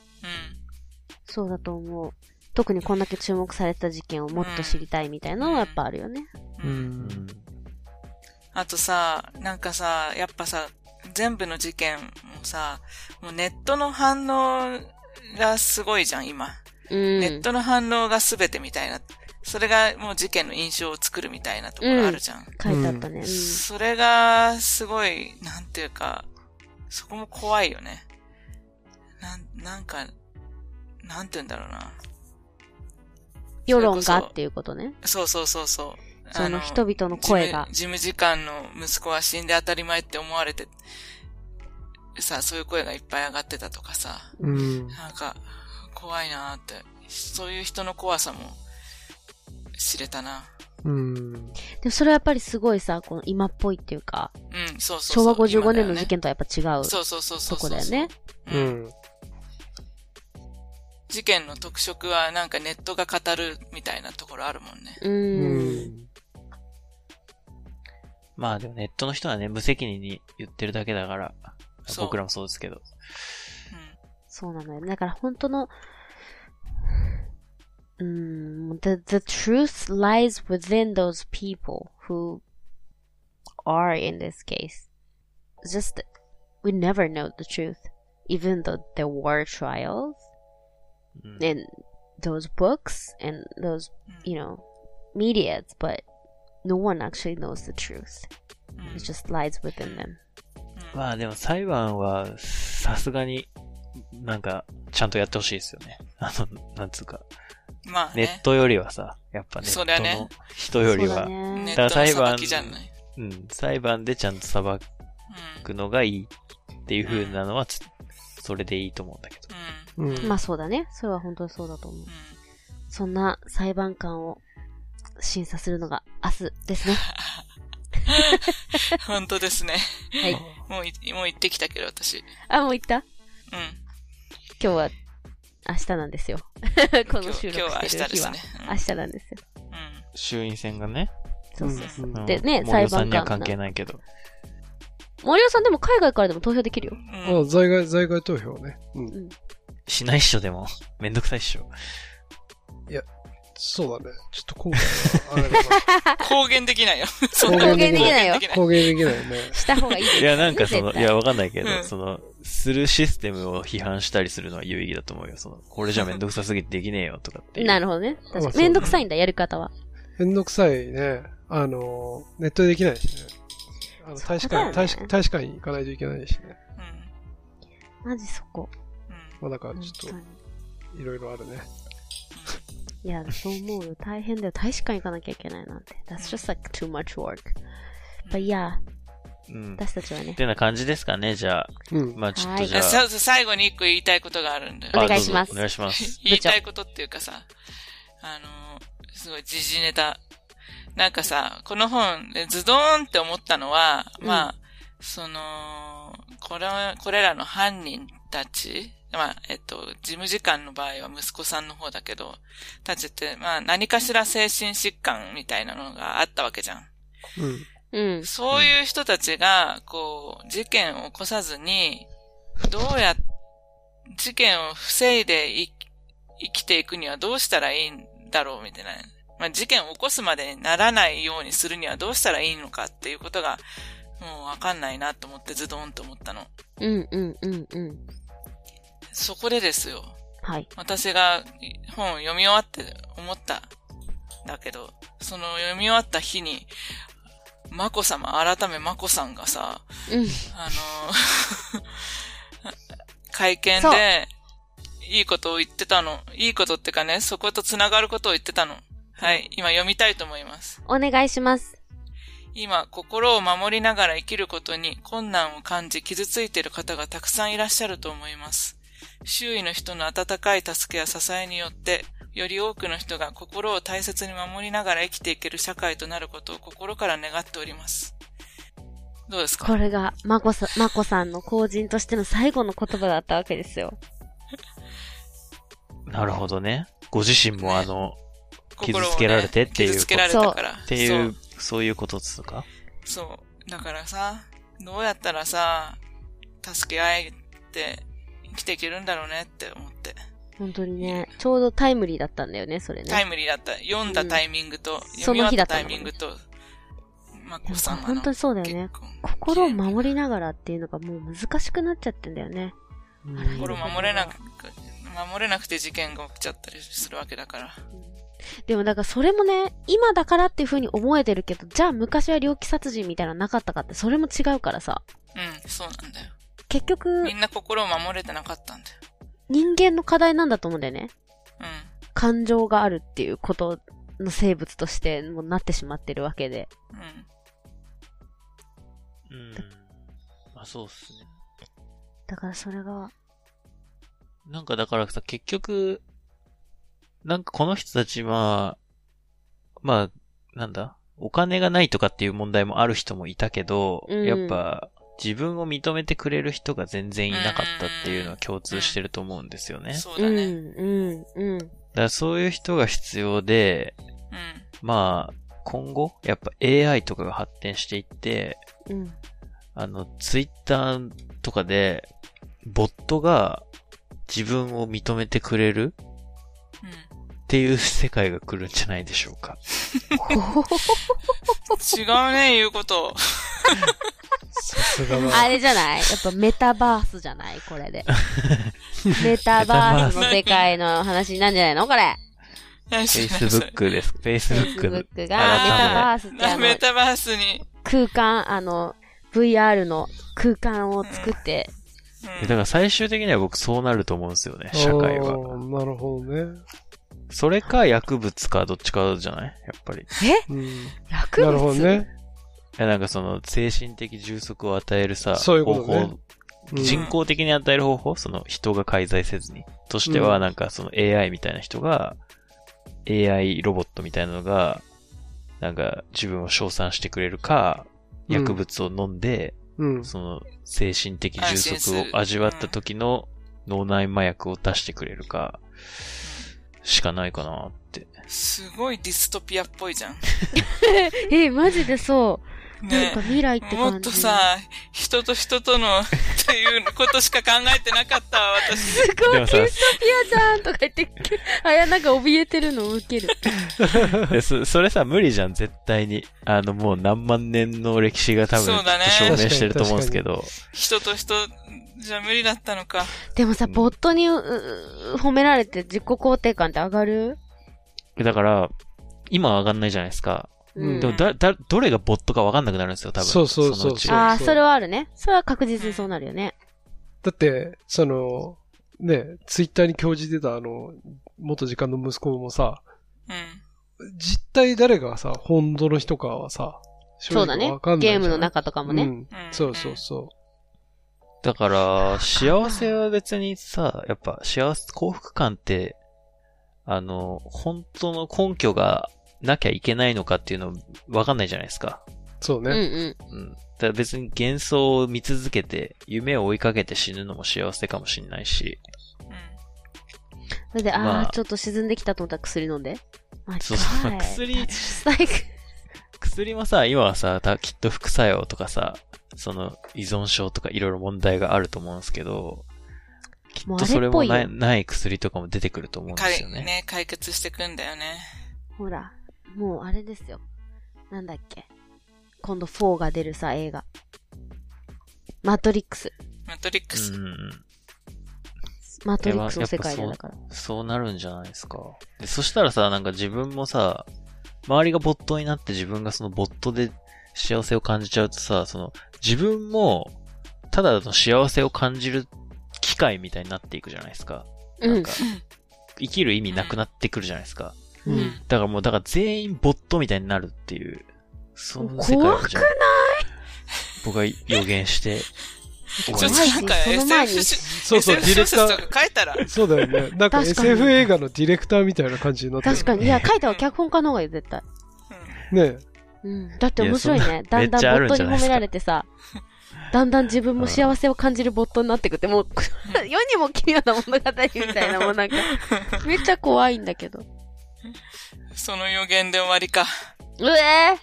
Speaker 4: う。
Speaker 1: そうだと思う。特にこんだけ注目されてた事件をもっと知りたいみたいなのはやっぱあるよね。
Speaker 2: うん
Speaker 3: うん
Speaker 2: ん。
Speaker 4: あとさ、なんかさ、やっぱさ、全部の事件もさ、もうネットの反応がすごいじゃん、今。
Speaker 1: うん。
Speaker 4: ネットの反応が全てみたいな。それがもう事件の印象を作るみたいなところあるじゃん。
Speaker 1: 書いてあったね。うん
Speaker 4: それが、すごい、なんていうか、そこも怖いよね。なん、なんか、なんて言うんだろうな。
Speaker 1: 世論
Speaker 4: それ
Speaker 1: が
Speaker 4: こ
Speaker 1: っ
Speaker 4: そ
Speaker 1: ていうことね。
Speaker 4: そうそうそうそう。
Speaker 1: そ
Speaker 4: あ
Speaker 1: の人々の声が。
Speaker 4: 事務事務次官の息子は死んで当たり前って思われて、さ、そういう声がいっぱい上がってたとかさ、
Speaker 2: うん。
Speaker 4: なんか、怖いなーってそういう人の怖さも知れたな。
Speaker 2: うん。
Speaker 1: でもそれはやっぱりすごいさ、この今っぽいっていうか、
Speaker 4: うん、そうそ
Speaker 1: 昭
Speaker 4: うそう。
Speaker 1: 和55年の
Speaker 4: 今だよね
Speaker 1: 事件とはやっぱ違う
Speaker 4: そうそうそうそ
Speaker 1: と
Speaker 4: う
Speaker 1: こ
Speaker 4: そう。
Speaker 1: だよね。
Speaker 2: う
Speaker 4: うん。
Speaker 2: ん。
Speaker 4: 事件の特色はなんかネットが語るみたいなところあるもんね。
Speaker 1: う。
Speaker 2: うんん。
Speaker 3: まあでもネットの人はね、無責任に言ってるだけだから、
Speaker 4: そう
Speaker 3: 僕らもそうですけど。
Speaker 1: そうなのよ。だから本当の、うん、the, the truth lies within those people who are in this case. It's just, that we never know the truth. Even though there were trials
Speaker 3: うん、
Speaker 1: and those books and those, you know, medias, but no one actually knows the truth.
Speaker 4: うん。うん
Speaker 1: It just lies within them.
Speaker 3: まあでも裁判は、さすがに、なんか、ちゃんとやってほしいですよね。あの、なんつうか、
Speaker 4: まあ
Speaker 3: ネッ
Speaker 4: ね。
Speaker 3: トよりはさ、やっぱネ
Speaker 4: そ
Speaker 3: ッ
Speaker 4: りゃ
Speaker 3: ト
Speaker 4: ね
Speaker 3: の人より
Speaker 1: そうだ
Speaker 3: は、
Speaker 1: ね
Speaker 4: ネ
Speaker 3: だ
Speaker 4: ッ
Speaker 3: から裁
Speaker 4: トの
Speaker 3: 判
Speaker 4: 裁きじゃない。
Speaker 3: うん、裁判でちゃんと裁
Speaker 4: うん。
Speaker 3: くのがいいっていう風なのはつ、それでいいと思うんだけど。
Speaker 4: う
Speaker 2: うん。
Speaker 1: まあそうだね。それは本当にそうだと思う。
Speaker 4: ん。うん
Speaker 1: そんな裁判官を審査するのが明日です ね。
Speaker 4: 本当ですね。
Speaker 1: はい。
Speaker 4: もうい、もう行ってきたけど、私。
Speaker 1: あ、もう行った
Speaker 4: うん。
Speaker 1: 今日は明日なん ですよ。この
Speaker 4: 今日、
Speaker 1: 収
Speaker 4: 今日は
Speaker 1: 録
Speaker 4: 明
Speaker 1: し
Speaker 4: 日
Speaker 1: てる
Speaker 4: で
Speaker 1: 日
Speaker 4: す
Speaker 1: は
Speaker 4: ね。
Speaker 1: 明日なんですよ。
Speaker 4: うん。うん
Speaker 3: 衆院選がね。
Speaker 1: そうそうそう。
Speaker 2: うん
Speaker 1: でね
Speaker 3: うん
Speaker 1: 裁判官
Speaker 3: 森尾さんには関係ないけど。
Speaker 1: 森尾さんでも海外からでも投票できるよ。
Speaker 4: うん
Speaker 2: あ、在外、在外投票ね。うん。
Speaker 3: しないっしょ、でも。めんどくさい っしょ。
Speaker 2: そうだね。ちょっと今回は、あれだな
Speaker 4: 公言できないよ。そん
Speaker 2: 公
Speaker 4: な
Speaker 1: 公言
Speaker 2: 言
Speaker 1: で
Speaker 2: でき
Speaker 1: き
Speaker 2: ない。
Speaker 1: ないよ
Speaker 4: で。きない。
Speaker 2: 公言で きないよね。
Speaker 1: した方がいいです。
Speaker 3: いや、なんかその、
Speaker 1: 絶
Speaker 3: い
Speaker 1: 対
Speaker 3: や、わかんないけど、
Speaker 4: うん
Speaker 3: その、するシステムを批判したりするのは有意義だと思うよ。その、これじゃめんどくさすぎてできねえよとかっていう。
Speaker 1: な
Speaker 3: る
Speaker 1: るほどね。
Speaker 2: あ
Speaker 1: 確か
Speaker 2: そう
Speaker 1: に。めんどくさいんだ、やる方は。
Speaker 2: めんどくさいね。あの、ネットでできないしね。あの、大
Speaker 1: そ
Speaker 2: 使館、
Speaker 1: うだよね
Speaker 2: 大使大使館に行かないといけないしね。
Speaker 4: うん
Speaker 1: マジそこ。
Speaker 4: うん
Speaker 2: まあだから
Speaker 1: 本
Speaker 2: ちょ
Speaker 1: 当
Speaker 2: っ
Speaker 1: に
Speaker 2: と、いろいろあるね。
Speaker 1: いや、そう思うよ。大変だよ。大使館行かなきゃいけないなんて。That's just like too much work. But yeah,
Speaker 3: ほど。うん。っ
Speaker 1: 私たちはね。
Speaker 3: てな感じですかね、じゃあ。
Speaker 2: うん。
Speaker 3: まあちょっ
Speaker 1: は
Speaker 3: と
Speaker 1: い
Speaker 3: じゃ
Speaker 4: あ
Speaker 3: あ。
Speaker 4: そうそう最後に一個言いたいことがあるんだよ
Speaker 1: お。
Speaker 3: あ
Speaker 1: 願いします
Speaker 3: どうぞお願いし ます。
Speaker 4: 言いたいことっていうかさ、あのー、すごい時事ネタ。なんかさ、この本でズドーンって思ったのは、
Speaker 1: うん
Speaker 4: まあ、その、これ、これらの犯人たち、まあ、えっと、事務次官の場合は息子さんの方だけど、たちって、まあ、何かしら精神疾患みたいなのがあったわけじゃん。
Speaker 2: うん。
Speaker 1: うん。
Speaker 4: そういう人たちが、こう、事件を起こさずに、どうや、事件を防いでい生きていくにはどうしたらいいんだろうみたいな。まあ、事件を起こすまでにならないようにするにはどうしたらいいのかっていうことが、もうわかんないなと思ってズドンと思ったの。
Speaker 1: うんうんうんうん。
Speaker 4: そこでですよ。
Speaker 1: はい。
Speaker 4: 私が本を読み終わって思ったんだけど、その読み終わった日に、眞子さま、改め眞子さんがさ、
Speaker 1: うん。
Speaker 4: あ のー会見
Speaker 1: そう
Speaker 4: で、いいことを言ってたの。いいことってかね、そこと繋がることを言ってたの。はい、今読みたいと思います。
Speaker 1: お願いします。
Speaker 4: 今、心を守りながら生きることに困難を感じ傷ついている方がたくさんいらっしゃると思います。周囲の人の温かい助けや支えによって、より多くの人が心を大切に守りながら生きていける社会となることを心から願っております。どうですか
Speaker 1: これが、まこさ、まこさんの後人としての最後の言葉だったわけですよ。
Speaker 3: なるほどね。ご自身もあの、傷
Speaker 4: 心をね
Speaker 3: つけられてっていうこと
Speaker 4: 傷つけられたから。
Speaker 3: っていう、そういうことですか
Speaker 4: そう。そう。だからさ、どうやったらさ、助け合えて生きていけるんだろうねって思って。
Speaker 1: 本当にね、ちょうどタイムリーだったんだよね、それ
Speaker 4: タイ
Speaker 1: ね。
Speaker 4: ムリーだった。読んだタイミングと、
Speaker 1: そ
Speaker 4: 読み
Speaker 1: の
Speaker 4: 終
Speaker 1: 日
Speaker 4: わ
Speaker 1: だったた
Speaker 4: っタイ
Speaker 1: の
Speaker 4: ミングと、ま
Speaker 1: で
Speaker 4: こ
Speaker 1: も
Speaker 4: さ
Speaker 1: さ
Speaker 4: んが
Speaker 1: 本当にそうだよね。心を守りながらっていうのがもう難しくなっちゃってんだよね。
Speaker 2: うん
Speaker 4: 心を守れなく、守れなくて事件が起きちゃったりするわけだから。
Speaker 1: でもだからそれもね、今だからっていう風に思えてるけど、じゃあ昔は猟奇殺人みたいなのなかったかって、それも違うからさ。
Speaker 4: うん、そうなんだよ。
Speaker 1: 結局
Speaker 4: み、んな心を守れてなかったんだよ。
Speaker 1: 人間の課題なんだと思うんだよね。
Speaker 4: うん。
Speaker 1: 感情があるっていうことの生物としてもうなってしまってるわけで。
Speaker 4: うん。
Speaker 3: うん。まあそうっすね。
Speaker 1: だからそれが、
Speaker 3: なんかだからさ、結局、なんかこの人たちは、まあ、なんだ、お金がないとかっていう問題もある人もいたけど、
Speaker 1: うん
Speaker 3: やっぱ自分を認めてくれる人が全然いなかったっていうのは共通してると思うんですよね。だか
Speaker 4: そう
Speaker 1: う
Speaker 4: だ
Speaker 1: ん
Speaker 4: ね。
Speaker 1: うんうん
Speaker 3: らそういう人が必要で、
Speaker 4: うん。
Speaker 3: まあ、今後、やっぱ AI とかが発展していって、
Speaker 1: うん
Speaker 3: あの、ツイッターとかで、ボットが自分を認めてくれる
Speaker 4: う
Speaker 3: っていう世界が来るんじゃないでしょう か。
Speaker 4: ん。違うね、言うこと。
Speaker 2: さすが
Speaker 1: あ
Speaker 2: だ。
Speaker 1: れじゃないやっぱメタバースじゃないこれで。メタバースの世界の話になんじゃないのこれ。
Speaker 3: Facebook です。Facebook。
Speaker 1: Facebook がメタ
Speaker 3: 改
Speaker 1: バ
Speaker 3: め
Speaker 1: ースってあ
Speaker 4: なメ
Speaker 1: の
Speaker 4: タバースに。
Speaker 1: 空間、あの VR の空間を作って、
Speaker 4: うん
Speaker 3: だから最終的には僕そうなると思うんですよね、社会は。
Speaker 2: おーなるほどね。
Speaker 3: それか薬物かどっちかじゃないやっぱり。い
Speaker 2: うん。
Speaker 1: 薬物
Speaker 2: なるほどね。
Speaker 3: や、なんかその精神的充足を与えるさ、
Speaker 2: そういうことねう
Speaker 3: 方法、
Speaker 2: ん
Speaker 3: 人工的に与える方法その人が介在せずに。としては、
Speaker 2: うん
Speaker 3: なんかその AI みたいな人が、AI ロボットみたいなのが、なんか自分を称賛してくれるか、
Speaker 2: うん
Speaker 3: 薬物を飲んで、
Speaker 2: うん。
Speaker 3: その精神的充
Speaker 4: 安心す
Speaker 3: 足
Speaker 4: る
Speaker 3: を味わった時の脳内麻薬を出してくれるか、しかないか なって。
Speaker 4: すごいディストピアっぽいじゃん。
Speaker 1: え、マジでそう。なん
Speaker 4: ね
Speaker 1: か未来って感じ。
Speaker 4: もっとさ、人と人とのっていうことしか考えてなかったわ、私。
Speaker 1: すご
Speaker 3: で
Speaker 1: い、
Speaker 3: も
Speaker 1: キ
Speaker 3: さ
Speaker 1: ュートピアじゃんとか言って、あやなんか怯えてるのウケる。
Speaker 3: でそそれさ、無理じゃん、絶対に。あの、もう何万年の歴史が多分、
Speaker 4: そうだね
Speaker 3: 証明してると思うんですけど。
Speaker 4: 人と人じゃ無理だったのか。
Speaker 1: でもさ、
Speaker 3: うん
Speaker 1: ボットにうう褒められて自己肯定感って上がる
Speaker 3: だから、今は上がんないじゃないですか。
Speaker 2: うん
Speaker 3: でも、だ、だ、どれがボットかわかんなくなるんですよ、多分。
Speaker 2: そうそうそう
Speaker 3: のち
Speaker 2: そう
Speaker 1: ああ、それはあるね。それは確実にそうなるよね。
Speaker 2: だって、その、ね、ツイッターに教じてたあの、元時間の息子もさ、
Speaker 4: うん。
Speaker 2: 実体誰がさ、本当の人かはさ、正
Speaker 1: そうだね
Speaker 2: 直わかん。ないじ
Speaker 1: ゲ
Speaker 2: ゃ
Speaker 1: ー
Speaker 2: ん
Speaker 1: ムの中とかも
Speaker 2: う
Speaker 1: ね。
Speaker 2: ん
Speaker 4: う。ん
Speaker 2: そうそうそ
Speaker 3: だから、幸せは別にさ、やっぱ幸せ、幸福感って、あの、本当の根拠がなきゃいけないのかっていうのわかんないじゃないですか。
Speaker 2: う。そう
Speaker 1: うん
Speaker 2: ね。
Speaker 1: う。
Speaker 3: うん。だから別に幻想を見続けて、夢を追いかけて死ぬのも幸せかもしんないし。
Speaker 4: うん
Speaker 1: それで、
Speaker 3: ま
Speaker 1: ああ
Speaker 3: あ、
Speaker 1: ちょっと沈んできたと思ったら薬飲んで。マジ
Speaker 3: そ
Speaker 1: か
Speaker 3: うそうまあ 薬薬もさ、今はさ、たきっと副作用とかさ、その依存症とかいろいろ問題があると思うんですけど、きっとそれも
Speaker 1: もうあ
Speaker 3: な
Speaker 1: れっ
Speaker 3: いない薬とかも出てくると思うん
Speaker 4: か
Speaker 3: です
Speaker 4: い
Speaker 3: よね。
Speaker 4: ね、解決してくんだよね。
Speaker 1: ほら、もうあれですよ。なんだっけ。今度4が出るさ、映画。マトリックス。
Speaker 4: マトリックス。
Speaker 3: うんうん。
Speaker 1: マトリックスの世界だから。
Speaker 3: そうなるんじゃないですか。で、そしたらさ、なんか自分もさ、周りがボットになって自分がそのボットで幸せを感じちゃうとさ、その、自分も、ただの幸せを感じる機会みたいになっていくじゃないですか。
Speaker 1: う
Speaker 3: なんんか、生きる意味なくなってくるじゃないですか。
Speaker 1: うん
Speaker 4: うん
Speaker 3: だからもう、だから全員ボットみたいになるっていう、その世界
Speaker 1: 怖
Speaker 3: を
Speaker 1: く
Speaker 3: じゃあ僕が予言して、終わ
Speaker 4: ち
Speaker 3: り
Speaker 4: ょっ
Speaker 3: ま
Speaker 4: と
Speaker 3: す
Speaker 4: なんか
Speaker 1: その前に
Speaker 4: SF し
Speaker 2: そうそう、デ
Speaker 4: SF
Speaker 2: ィレ
Speaker 4: 小
Speaker 2: クタ
Speaker 4: 説
Speaker 2: ー
Speaker 4: と。か書いたら。
Speaker 2: そうだ よね。なんか
Speaker 1: 確かに
Speaker 2: SF 映画のディレクターみたいな感じになってる
Speaker 1: 確かに。いや、書いたは脚本家の方がいいよ、絶対。
Speaker 2: ね
Speaker 1: うん。だって面白い
Speaker 3: いや
Speaker 1: ね。だんだん
Speaker 3: めっちゃあるん
Speaker 1: ボッ
Speaker 3: じ
Speaker 1: トに
Speaker 3: ゃな
Speaker 1: 褒
Speaker 3: いです
Speaker 1: め
Speaker 3: か
Speaker 1: られて さ、だんだん自分も幸せを感じるボットになってくって、もう、 世にも奇妙な物語みたいなもん なんか、めっちゃ怖いんだけど。
Speaker 4: うんその予言で終わりか。
Speaker 1: うえ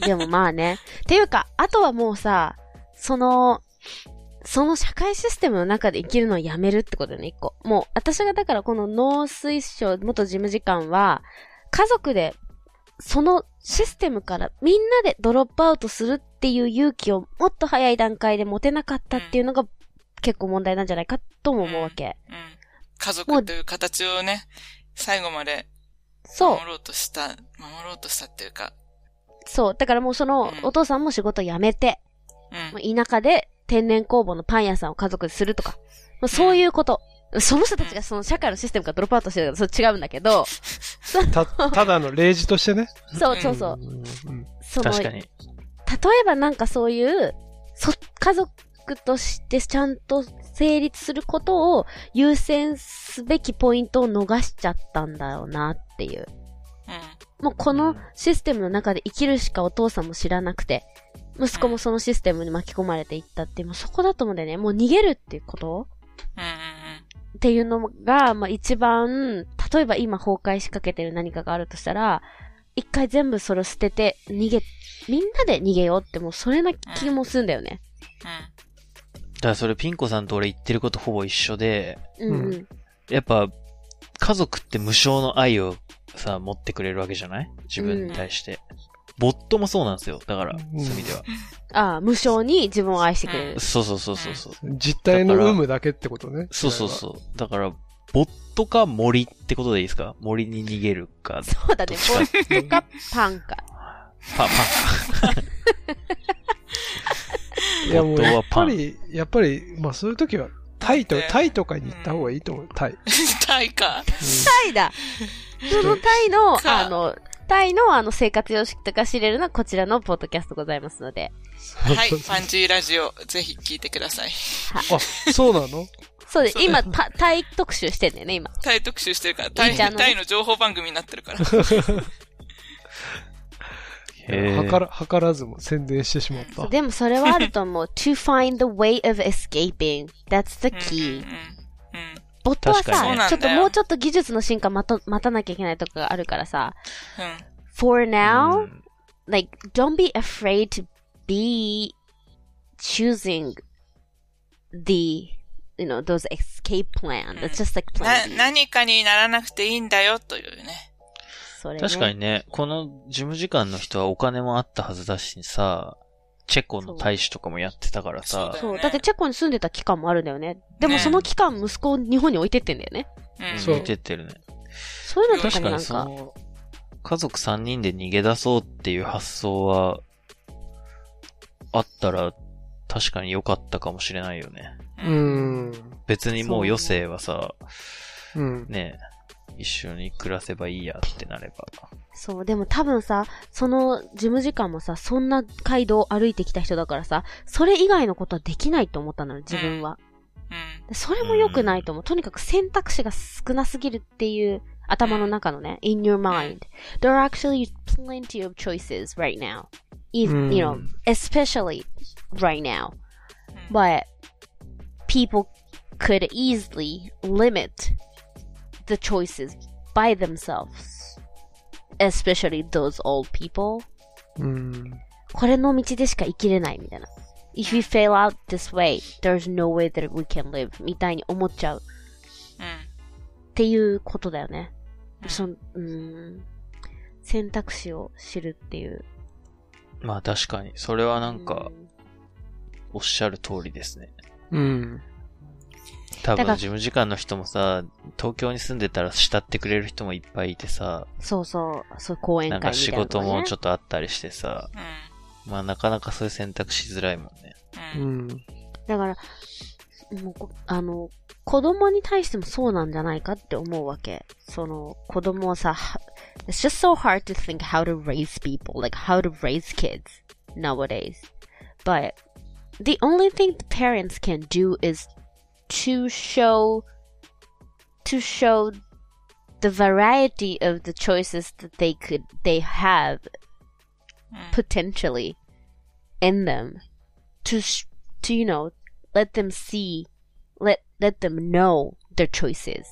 Speaker 1: ーでもまあね。っていうか、あとはもうさ、その、その社会システムの中で生きるのをやめるってことだよね、一個。もう、私がだからこの農水省元事務次官は、家族で、そのシステムからみんなでドロップアウトするっていう勇気をもっと早い段階で持てなかったっていうのが結構問題なんじゃないかとも思うわけ。
Speaker 4: うん。家族という形をね、最後まで
Speaker 1: そう
Speaker 4: 守。ろうとした、守ろうとしたっていうか。
Speaker 1: そう。だからもうその、お父さんも仕事辞めて、
Speaker 4: うん。
Speaker 1: まあ田舎で天然工房のパン屋さんを家族でするとか、まあそういうこと。その人たちがその社会のシステムからドロップアウトしてるからそれ違うんだけど、
Speaker 2: え。た、ただの例示としてね。
Speaker 1: そうそうそう。
Speaker 2: んうん
Speaker 1: その、
Speaker 3: 確か
Speaker 1: 例
Speaker 3: に。
Speaker 1: えばなんかそういう、そ、家族としてちゃんと成立することを優先すべきポイントを逃しちゃったんだろうなっていう。
Speaker 4: う
Speaker 1: もうこ
Speaker 3: う
Speaker 1: の
Speaker 3: ん
Speaker 1: システムの中で生きるしかお父さんも知らなくて、息子もそのシステムに巻き込まれていったって、もうそこだと思うんだよね。もう逃げるっていうこと
Speaker 4: ん。うん。
Speaker 1: っていうのが、まあ一番、例えば今崩壊しかけてる何かがあるとしたら、一回全部それを捨てて、逃げ、みんなで逃げようってもうそれな気もするんだよね。
Speaker 3: だからそれピンコさんと俺言ってることほぼ一緒で、
Speaker 1: うんうん。
Speaker 2: う
Speaker 3: やっぱ、家族って無償の愛をさ、持ってくれるわけじゃない自分に対して。ボットもそうなんですよ。だから、
Speaker 2: うん
Speaker 3: そういう意味では。
Speaker 1: ああ、無償に自分を愛してくれる。
Speaker 3: そうそうそうそうそう。
Speaker 2: 実体の有無だけってことね。
Speaker 3: そうそうそう。だから、ボットか森ってことでいいですか森に逃げるか、
Speaker 1: そうだね。ボットかパンか。
Speaker 3: パ、パ
Speaker 2: いやもう、
Speaker 3: 本当
Speaker 2: や
Speaker 3: は
Speaker 2: っ
Speaker 3: パ
Speaker 2: ぱ
Speaker 3: ン
Speaker 2: り、やっぱり、まあそういう時は、タイと
Speaker 4: だっ、て
Speaker 2: タイとかに行った方がいいと思う、タイ。
Speaker 4: タイか。
Speaker 1: タイだそのタイの、
Speaker 4: か
Speaker 1: あの、タイのあの生活様式とか知れるのはこちらのポッドキャストございますので。
Speaker 4: はい。パンジーラジオ、ぜひ聞いてください。
Speaker 2: あ、そうなの
Speaker 1: そうで
Speaker 4: そ、う
Speaker 1: 今、タタイ特集してんだよね、今。
Speaker 4: タイ特集してるから、タ
Speaker 1: いい
Speaker 4: イ、
Speaker 1: じゃん
Speaker 4: タイの情報番組になってる から。
Speaker 3: へー
Speaker 2: はから、はからずも宣伝してしまった。
Speaker 1: でもそれはあると思う。to find the way of escaping. That's the
Speaker 4: うん
Speaker 1: key.
Speaker 4: うんうん。
Speaker 1: ボットは
Speaker 3: 確か
Speaker 1: さ、
Speaker 3: に
Speaker 4: ね
Speaker 1: ちょっ
Speaker 4: そ
Speaker 1: と
Speaker 4: うなんだよ
Speaker 1: もうちょっと技術の進化待と待たなきゃいけないとこがあるからさ。
Speaker 4: うん。
Speaker 1: for
Speaker 3: う
Speaker 1: now,
Speaker 3: ん
Speaker 1: like, don't be afraid to be choosing the, you know, those escape plan. That's just like
Speaker 4: な
Speaker 1: plan B.、
Speaker 4: 何かにならなくていいんだよというね。
Speaker 1: それね
Speaker 3: 確かにね、この事務次官の人はお金もあったはずだしさ、チェコの大使とかもやってたから
Speaker 4: そう
Speaker 3: さ
Speaker 4: だ、よ
Speaker 1: そう。
Speaker 4: ね
Speaker 1: だってチェコに住んでた期間もあるんだよね。でも
Speaker 4: ね
Speaker 1: その期間、息子を日本に置いてってんだよね。
Speaker 4: うん。
Speaker 2: そう
Speaker 3: 見てってるね。
Speaker 1: そういうのとか
Speaker 3: 確
Speaker 1: も
Speaker 3: か
Speaker 1: な
Speaker 3: に
Speaker 1: ん
Speaker 3: そ
Speaker 1: か、
Speaker 3: の、家族3人で逃げ出そうっていう発想は、あったら、確かに良かったかもしれないよね。
Speaker 2: う。ん。
Speaker 3: 別にもう余生はさ、
Speaker 2: うん。
Speaker 3: ね一緒に暮らせばいいやってなれば。
Speaker 1: そう、でも多分さ、その事務次官もさ、そんな街道を歩いてきた人だからさ、それ以外のことはできないと思ったのよ、自分は。
Speaker 4: うん。
Speaker 1: それも良くないと思う。とにかく選択肢が少なすぎるっていう、頭の中のね、in your mind. There are actually plenty of choices right now. If,
Speaker 2: うん
Speaker 1: you know, especially right now. But people could easily limit the choices by themselves. Especially those old people.
Speaker 2: うん。
Speaker 1: これの道でしか生きれないみたいな。If we fail out this way, there's no way that we can live みたいに思っちゃう
Speaker 4: うん。
Speaker 1: っていうことだよね。その、うーん。選択肢を知るっていう。
Speaker 3: まあ確かに、それはなん
Speaker 1: う、
Speaker 3: か
Speaker 1: ん
Speaker 3: おっしゃる通りですね。
Speaker 2: うん。
Speaker 1: だ
Speaker 3: 多分、
Speaker 1: から
Speaker 3: 事務次官の人もさ、東京に住んでたら慕ってくれる人もいっぱいいてさ、
Speaker 1: そうそう、そういう講演
Speaker 3: な
Speaker 1: 会
Speaker 3: ん
Speaker 1: みたい
Speaker 3: か
Speaker 1: な、ね。
Speaker 3: 仕事もちょ
Speaker 1: っ
Speaker 3: っとあったりしてさ、
Speaker 4: うん。
Speaker 3: まあなかなかそういう選択しづらいもんね。
Speaker 4: う。
Speaker 2: うんん。
Speaker 1: と。だから、もうこ、あの、子供に対してもそうなんじゃないかって思うわけ。その、子供をさ、は It's just so hard to think how to raise people, like how to raise kids nowadays. But the only thing the parents can do is to show to show the variety of the choices that they could they have potentially in them to sh- to you know let them see let let them know their choices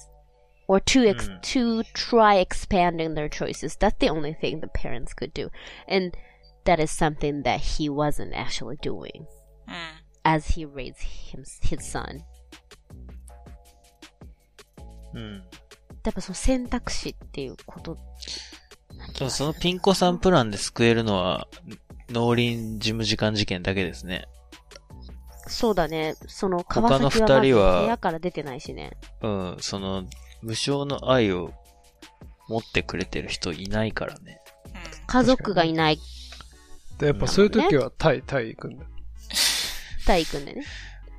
Speaker 1: or to ex-
Speaker 3: Mm.
Speaker 1: to try expanding their choices that's the only thing the parents could do and that is something that he wasn't actually doing
Speaker 4: うん。
Speaker 1: as he raised him, his son
Speaker 3: うん。
Speaker 1: やっぱその選択肢っていうこと
Speaker 3: でもそのピンコさんプランで救えるのは、農林事務次官事件だけですね。
Speaker 1: そうだねその
Speaker 3: 他
Speaker 1: 川
Speaker 3: の
Speaker 1: 崎はまず
Speaker 3: 二人は
Speaker 1: 部屋から出てないしね
Speaker 3: うん、その、無償の愛を持ってくれてる人いないからね。
Speaker 1: 家族がいない
Speaker 2: で、やっぱそういう時はタイ、タイ行くんだ。
Speaker 1: 体育でね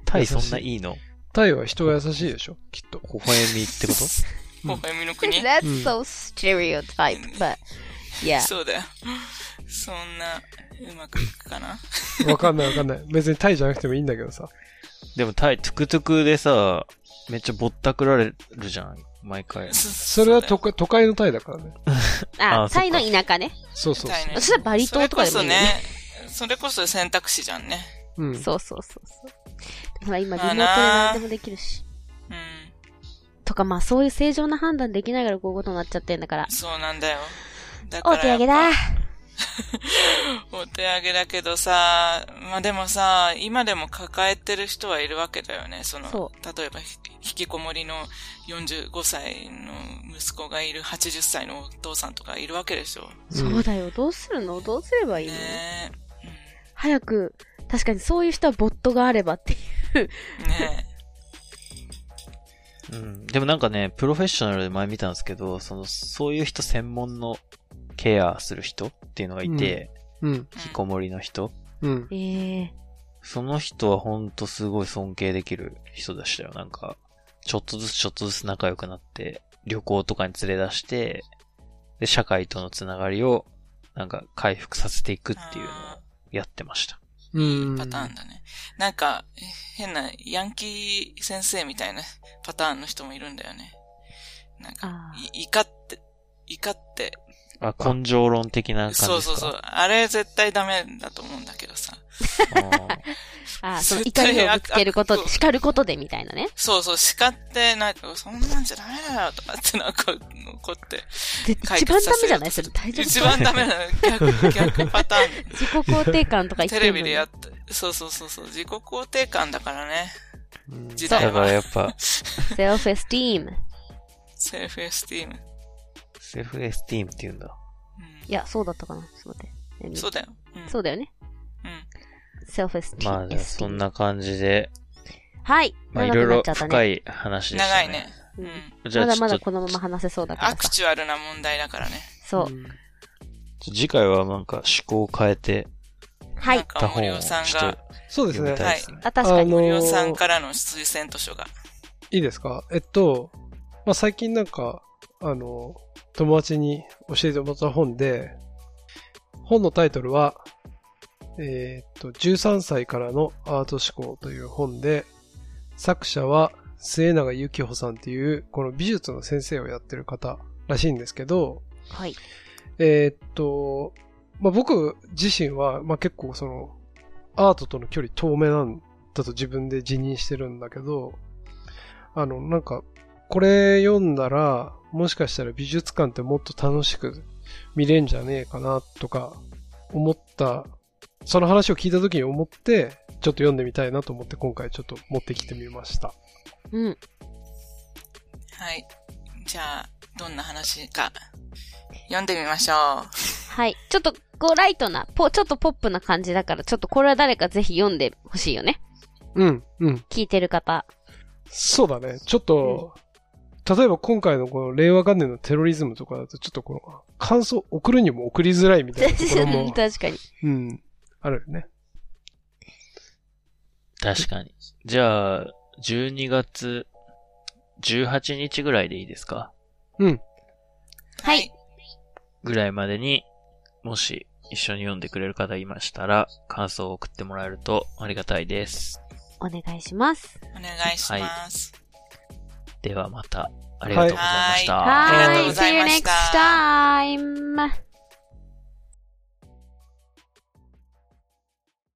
Speaker 3: タイそんないいの
Speaker 2: タイは人は優しいでしょ、きっと。
Speaker 3: 微笑みってこと
Speaker 4: 微笑みの国
Speaker 1: That's so stereotype, but yeah.
Speaker 4: そうだよ。そんな、うまくいくかな
Speaker 2: わかんないわかんない。別にタイじゃなくてもいいんだけどさ。
Speaker 3: でもタイ、トゥクトゥクでさ、めっちゃぼったくられるじゃん。毎回。
Speaker 2: それは
Speaker 4: と
Speaker 2: 都会都会のタイだからね。
Speaker 1: あ、
Speaker 3: あそっか
Speaker 1: タイの田舎ね。
Speaker 2: そうそうそう。
Speaker 1: そしたらバリ島とかでも
Speaker 4: そ
Speaker 1: いい
Speaker 4: れこそ
Speaker 1: よね。
Speaker 4: ね、それこそ選択肢じゃんね。
Speaker 2: うん。
Speaker 1: そうそうそうそう。ほら、今リモートで
Speaker 4: まあな
Speaker 1: 何でもできるし。
Speaker 4: うん。
Speaker 1: とか、まあそういう正常な判断できないからこういうことになっちゃってんだから。
Speaker 4: そうなんだよ。だ
Speaker 1: お手上げだ
Speaker 4: お手上げだけどさ、まあでもさ、今でも抱えてる人はいるわけだよね。その、
Speaker 1: そ
Speaker 4: 例えばひ引きこもりの45歳の息子がいる80歳のお父さんとかいるわけでしょ。
Speaker 1: そうだよ。どうするのどうすればいいの、
Speaker 4: ね
Speaker 1: 早く、確かにそういう人はボットがあればっていう。
Speaker 4: え。ね
Speaker 3: うん。でもなんかね、プロフェッショナルで前見たんですけど、その、そういう人専門のケアする人っていうのがいて、
Speaker 2: うん。
Speaker 4: え。
Speaker 3: 引きこもりの人。
Speaker 2: うん。
Speaker 1: ええ
Speaker 3: その人はほんとすごい尊敬できる人でしたよ。なんか、ちょっとずつちょっとずつ仲良くなって、旅行とかに連れ出して、で、社会とのつながりを、なんか、回復させていくっていうのをやってました。
Speaker 2: うん。
Speaker 4: パターンだね。なんか、え変な、ヤンキー先生みたいなパターンの人もいるんだよね。なんか、
Speaker 1: あー
Speaker 4: い怒って、怒って、
Speaker 3: あ、根性論的な感じですか
Speaker 4: そうそうそう。あれ絶対ダメだと思うんだけどさ。
Speaker 3: あー
Speaker 1: あー、その
Speaker 4: 絶
Speaker 1: 怒
Speaker 4: 対
Speaker 1: りをぶつけること
Speaker 4: あ
Speaker 1: で、
Speaker 4: あ
Speaker 1: 叱ることでみたいなね。
Speaker 4: そうそう、叱って、なんか、そんなんじゃダメだよ、とかってなんか怒って。
Speaker 1: で
Speaker 4: 解
Speaker 1: 一番
Speaker 4: 決
Speaker 1: ダ
Speaker 4: させ
Speaker 1: メじ
Speaker 4: よ
Speaker 1: ゃ
Speaker 4: う
Speaker 1: ない
Speaker 4: と
Speaker 1: それ大丈夫
Speaker 4: 一番ダメな 逆、逆パター
Speaker 1: 自己肯定感とか
Speaker 4: ン。
Speaker 1: 言
Speaker 4: テ
Speaker 1: って
Speaker 4: レ
Speaker 1: るの
Speaker 4: ビ
Speaker 1: に
Speaker 4: でやって、そうそうそうそう、自己肯定感だからね。
Speaker 2: うん
Speaker 4: 時代
Speaker 3: だから
Speaker 4: は。
Speaker 3: やっぱ、
Speaker 1: セルフエスティーム。
Speaker 4: セルフエスティーム。
Speaker 3: セルフエスティームって言う んだ。
Speaker 1: いや、そうだったかな。ちょっと待っ
Speaker 4: うん、
Speaker 1: て。
Speaker 4: そうだよ。うん。
Speaker 1: そうだよね。
Speaker 4: うん。
Speaker 1: セルフエスティーム。
Speaker 3: まあ、じゃあそん。な感じで、
Speaker 1: はい。
Speaker 3: まあ、い
Speaker 1: 長
Speaker 3: ろい
Speaker 1: くな
Speaker 3: ろ
Speaker 1: っちゃった
Speaker 3: 深
Speaker 1: ね。
Speaker 3: い話でしたね。
Speaker 4: 長いね。
Speaker 1: う
Speaker 4: うんん。
Speaker 3: じ
Speaker 1: ま
Speaker 3: ゃあ
Speaker 1: だ
Speaker 3: ちょ
Speaker 1: ま
Speaker 3: っ
Speaker 1: だ
Speaker 3: と、
Speaker 1: このまま話せそうだから
Speaker 4: アク
Speaker 1: さ。
Speaker 4: チュアルな問題だからね。
Speaker 1: そう。
Speaker 3: 次回はなんか思考を変えて、
Speaker 1: は
Speaker 4: なん
Speaker 1: い。
Speaker 4: か森尾さん
Speaker 3: ちょっ
Speaker 4: が
Speaker 3: と、
Speaker 2: そうです
Speaker 3: 読み
Speaker 2: ね。
Speaker 3: たいですね。
Speaker 1: あ、確か
Speaker 2: あ
Speaker 1: に。
Speaker 2: の
Speaker 4: 森尾さんからの推薦図書が。
Speaker 2: いいですかえっと、まあ、最近なんか、あの、友達に教えてもらった本で、本のタイトルは、えーっと、13歳からのアート思考という本で、作者は末永幸穂さんっていう、この美術の先生をやってる方らしいんですけど、
Speaker 1: はい。
Speaker 2: えーっと、まあ、僕自身は、まあ、結構その、アートとの距離遠めなんだと自分で自認してるんだけど、あの、なんか、これ読んだら、もしかしたら美術館ってもっと楽しく見れんじゃねえかな、とか、思った、その話を聞いた時に思って、ちょっと読んでみたいなと思って今回ちょっと持ってきてみました。
Speaker 1: うん。
Speaker 4: はい。じゃあ、どんな話か、読んでみましょう。
Speaker 1: はい。ちょっと、こう、ライトな、ポ、ちょっとポップな感じだから、ちょっとこれは誰かぜひ読んでほしいよね。
Speaker 2: うん、うん。
Speaker 1: 聞いてる方。
Speaker 2: そうだね。ちょっと、例えば今回のこの令和元年のテロリズムとかだと、ちょっとこの感想送るにも送りづらいみたいなところ
Speaker 1: 確
Speaker 2: も、
Speaker 1: かに。
Speaker 2: うん、あるよね。
Speaker 3: 確かに。じゃあ、12月18日ぐらいでいいですか
Speaker 2: うん。
Speaker 1: はい。
Speaker 3: ぐらいまでに、もし一緒に読んでくれる方いましたら、感想を送ってもらえるとありがたいです。
Speaker 1: お願いします。
Speaker 4: お願いします。
Speaker 3: ではまた、ありがとうございました。
Speaker 4: ありが
Speaker 1: は
Speaker 4: とう
Speaker 1: い。
Speaker 4: ござ
Speaker 1: See
Speaker 4: い
Speaker 1: you
Speaker 4: ま
Speaker 1: next
Speaker 4: した
Speaker 1: time!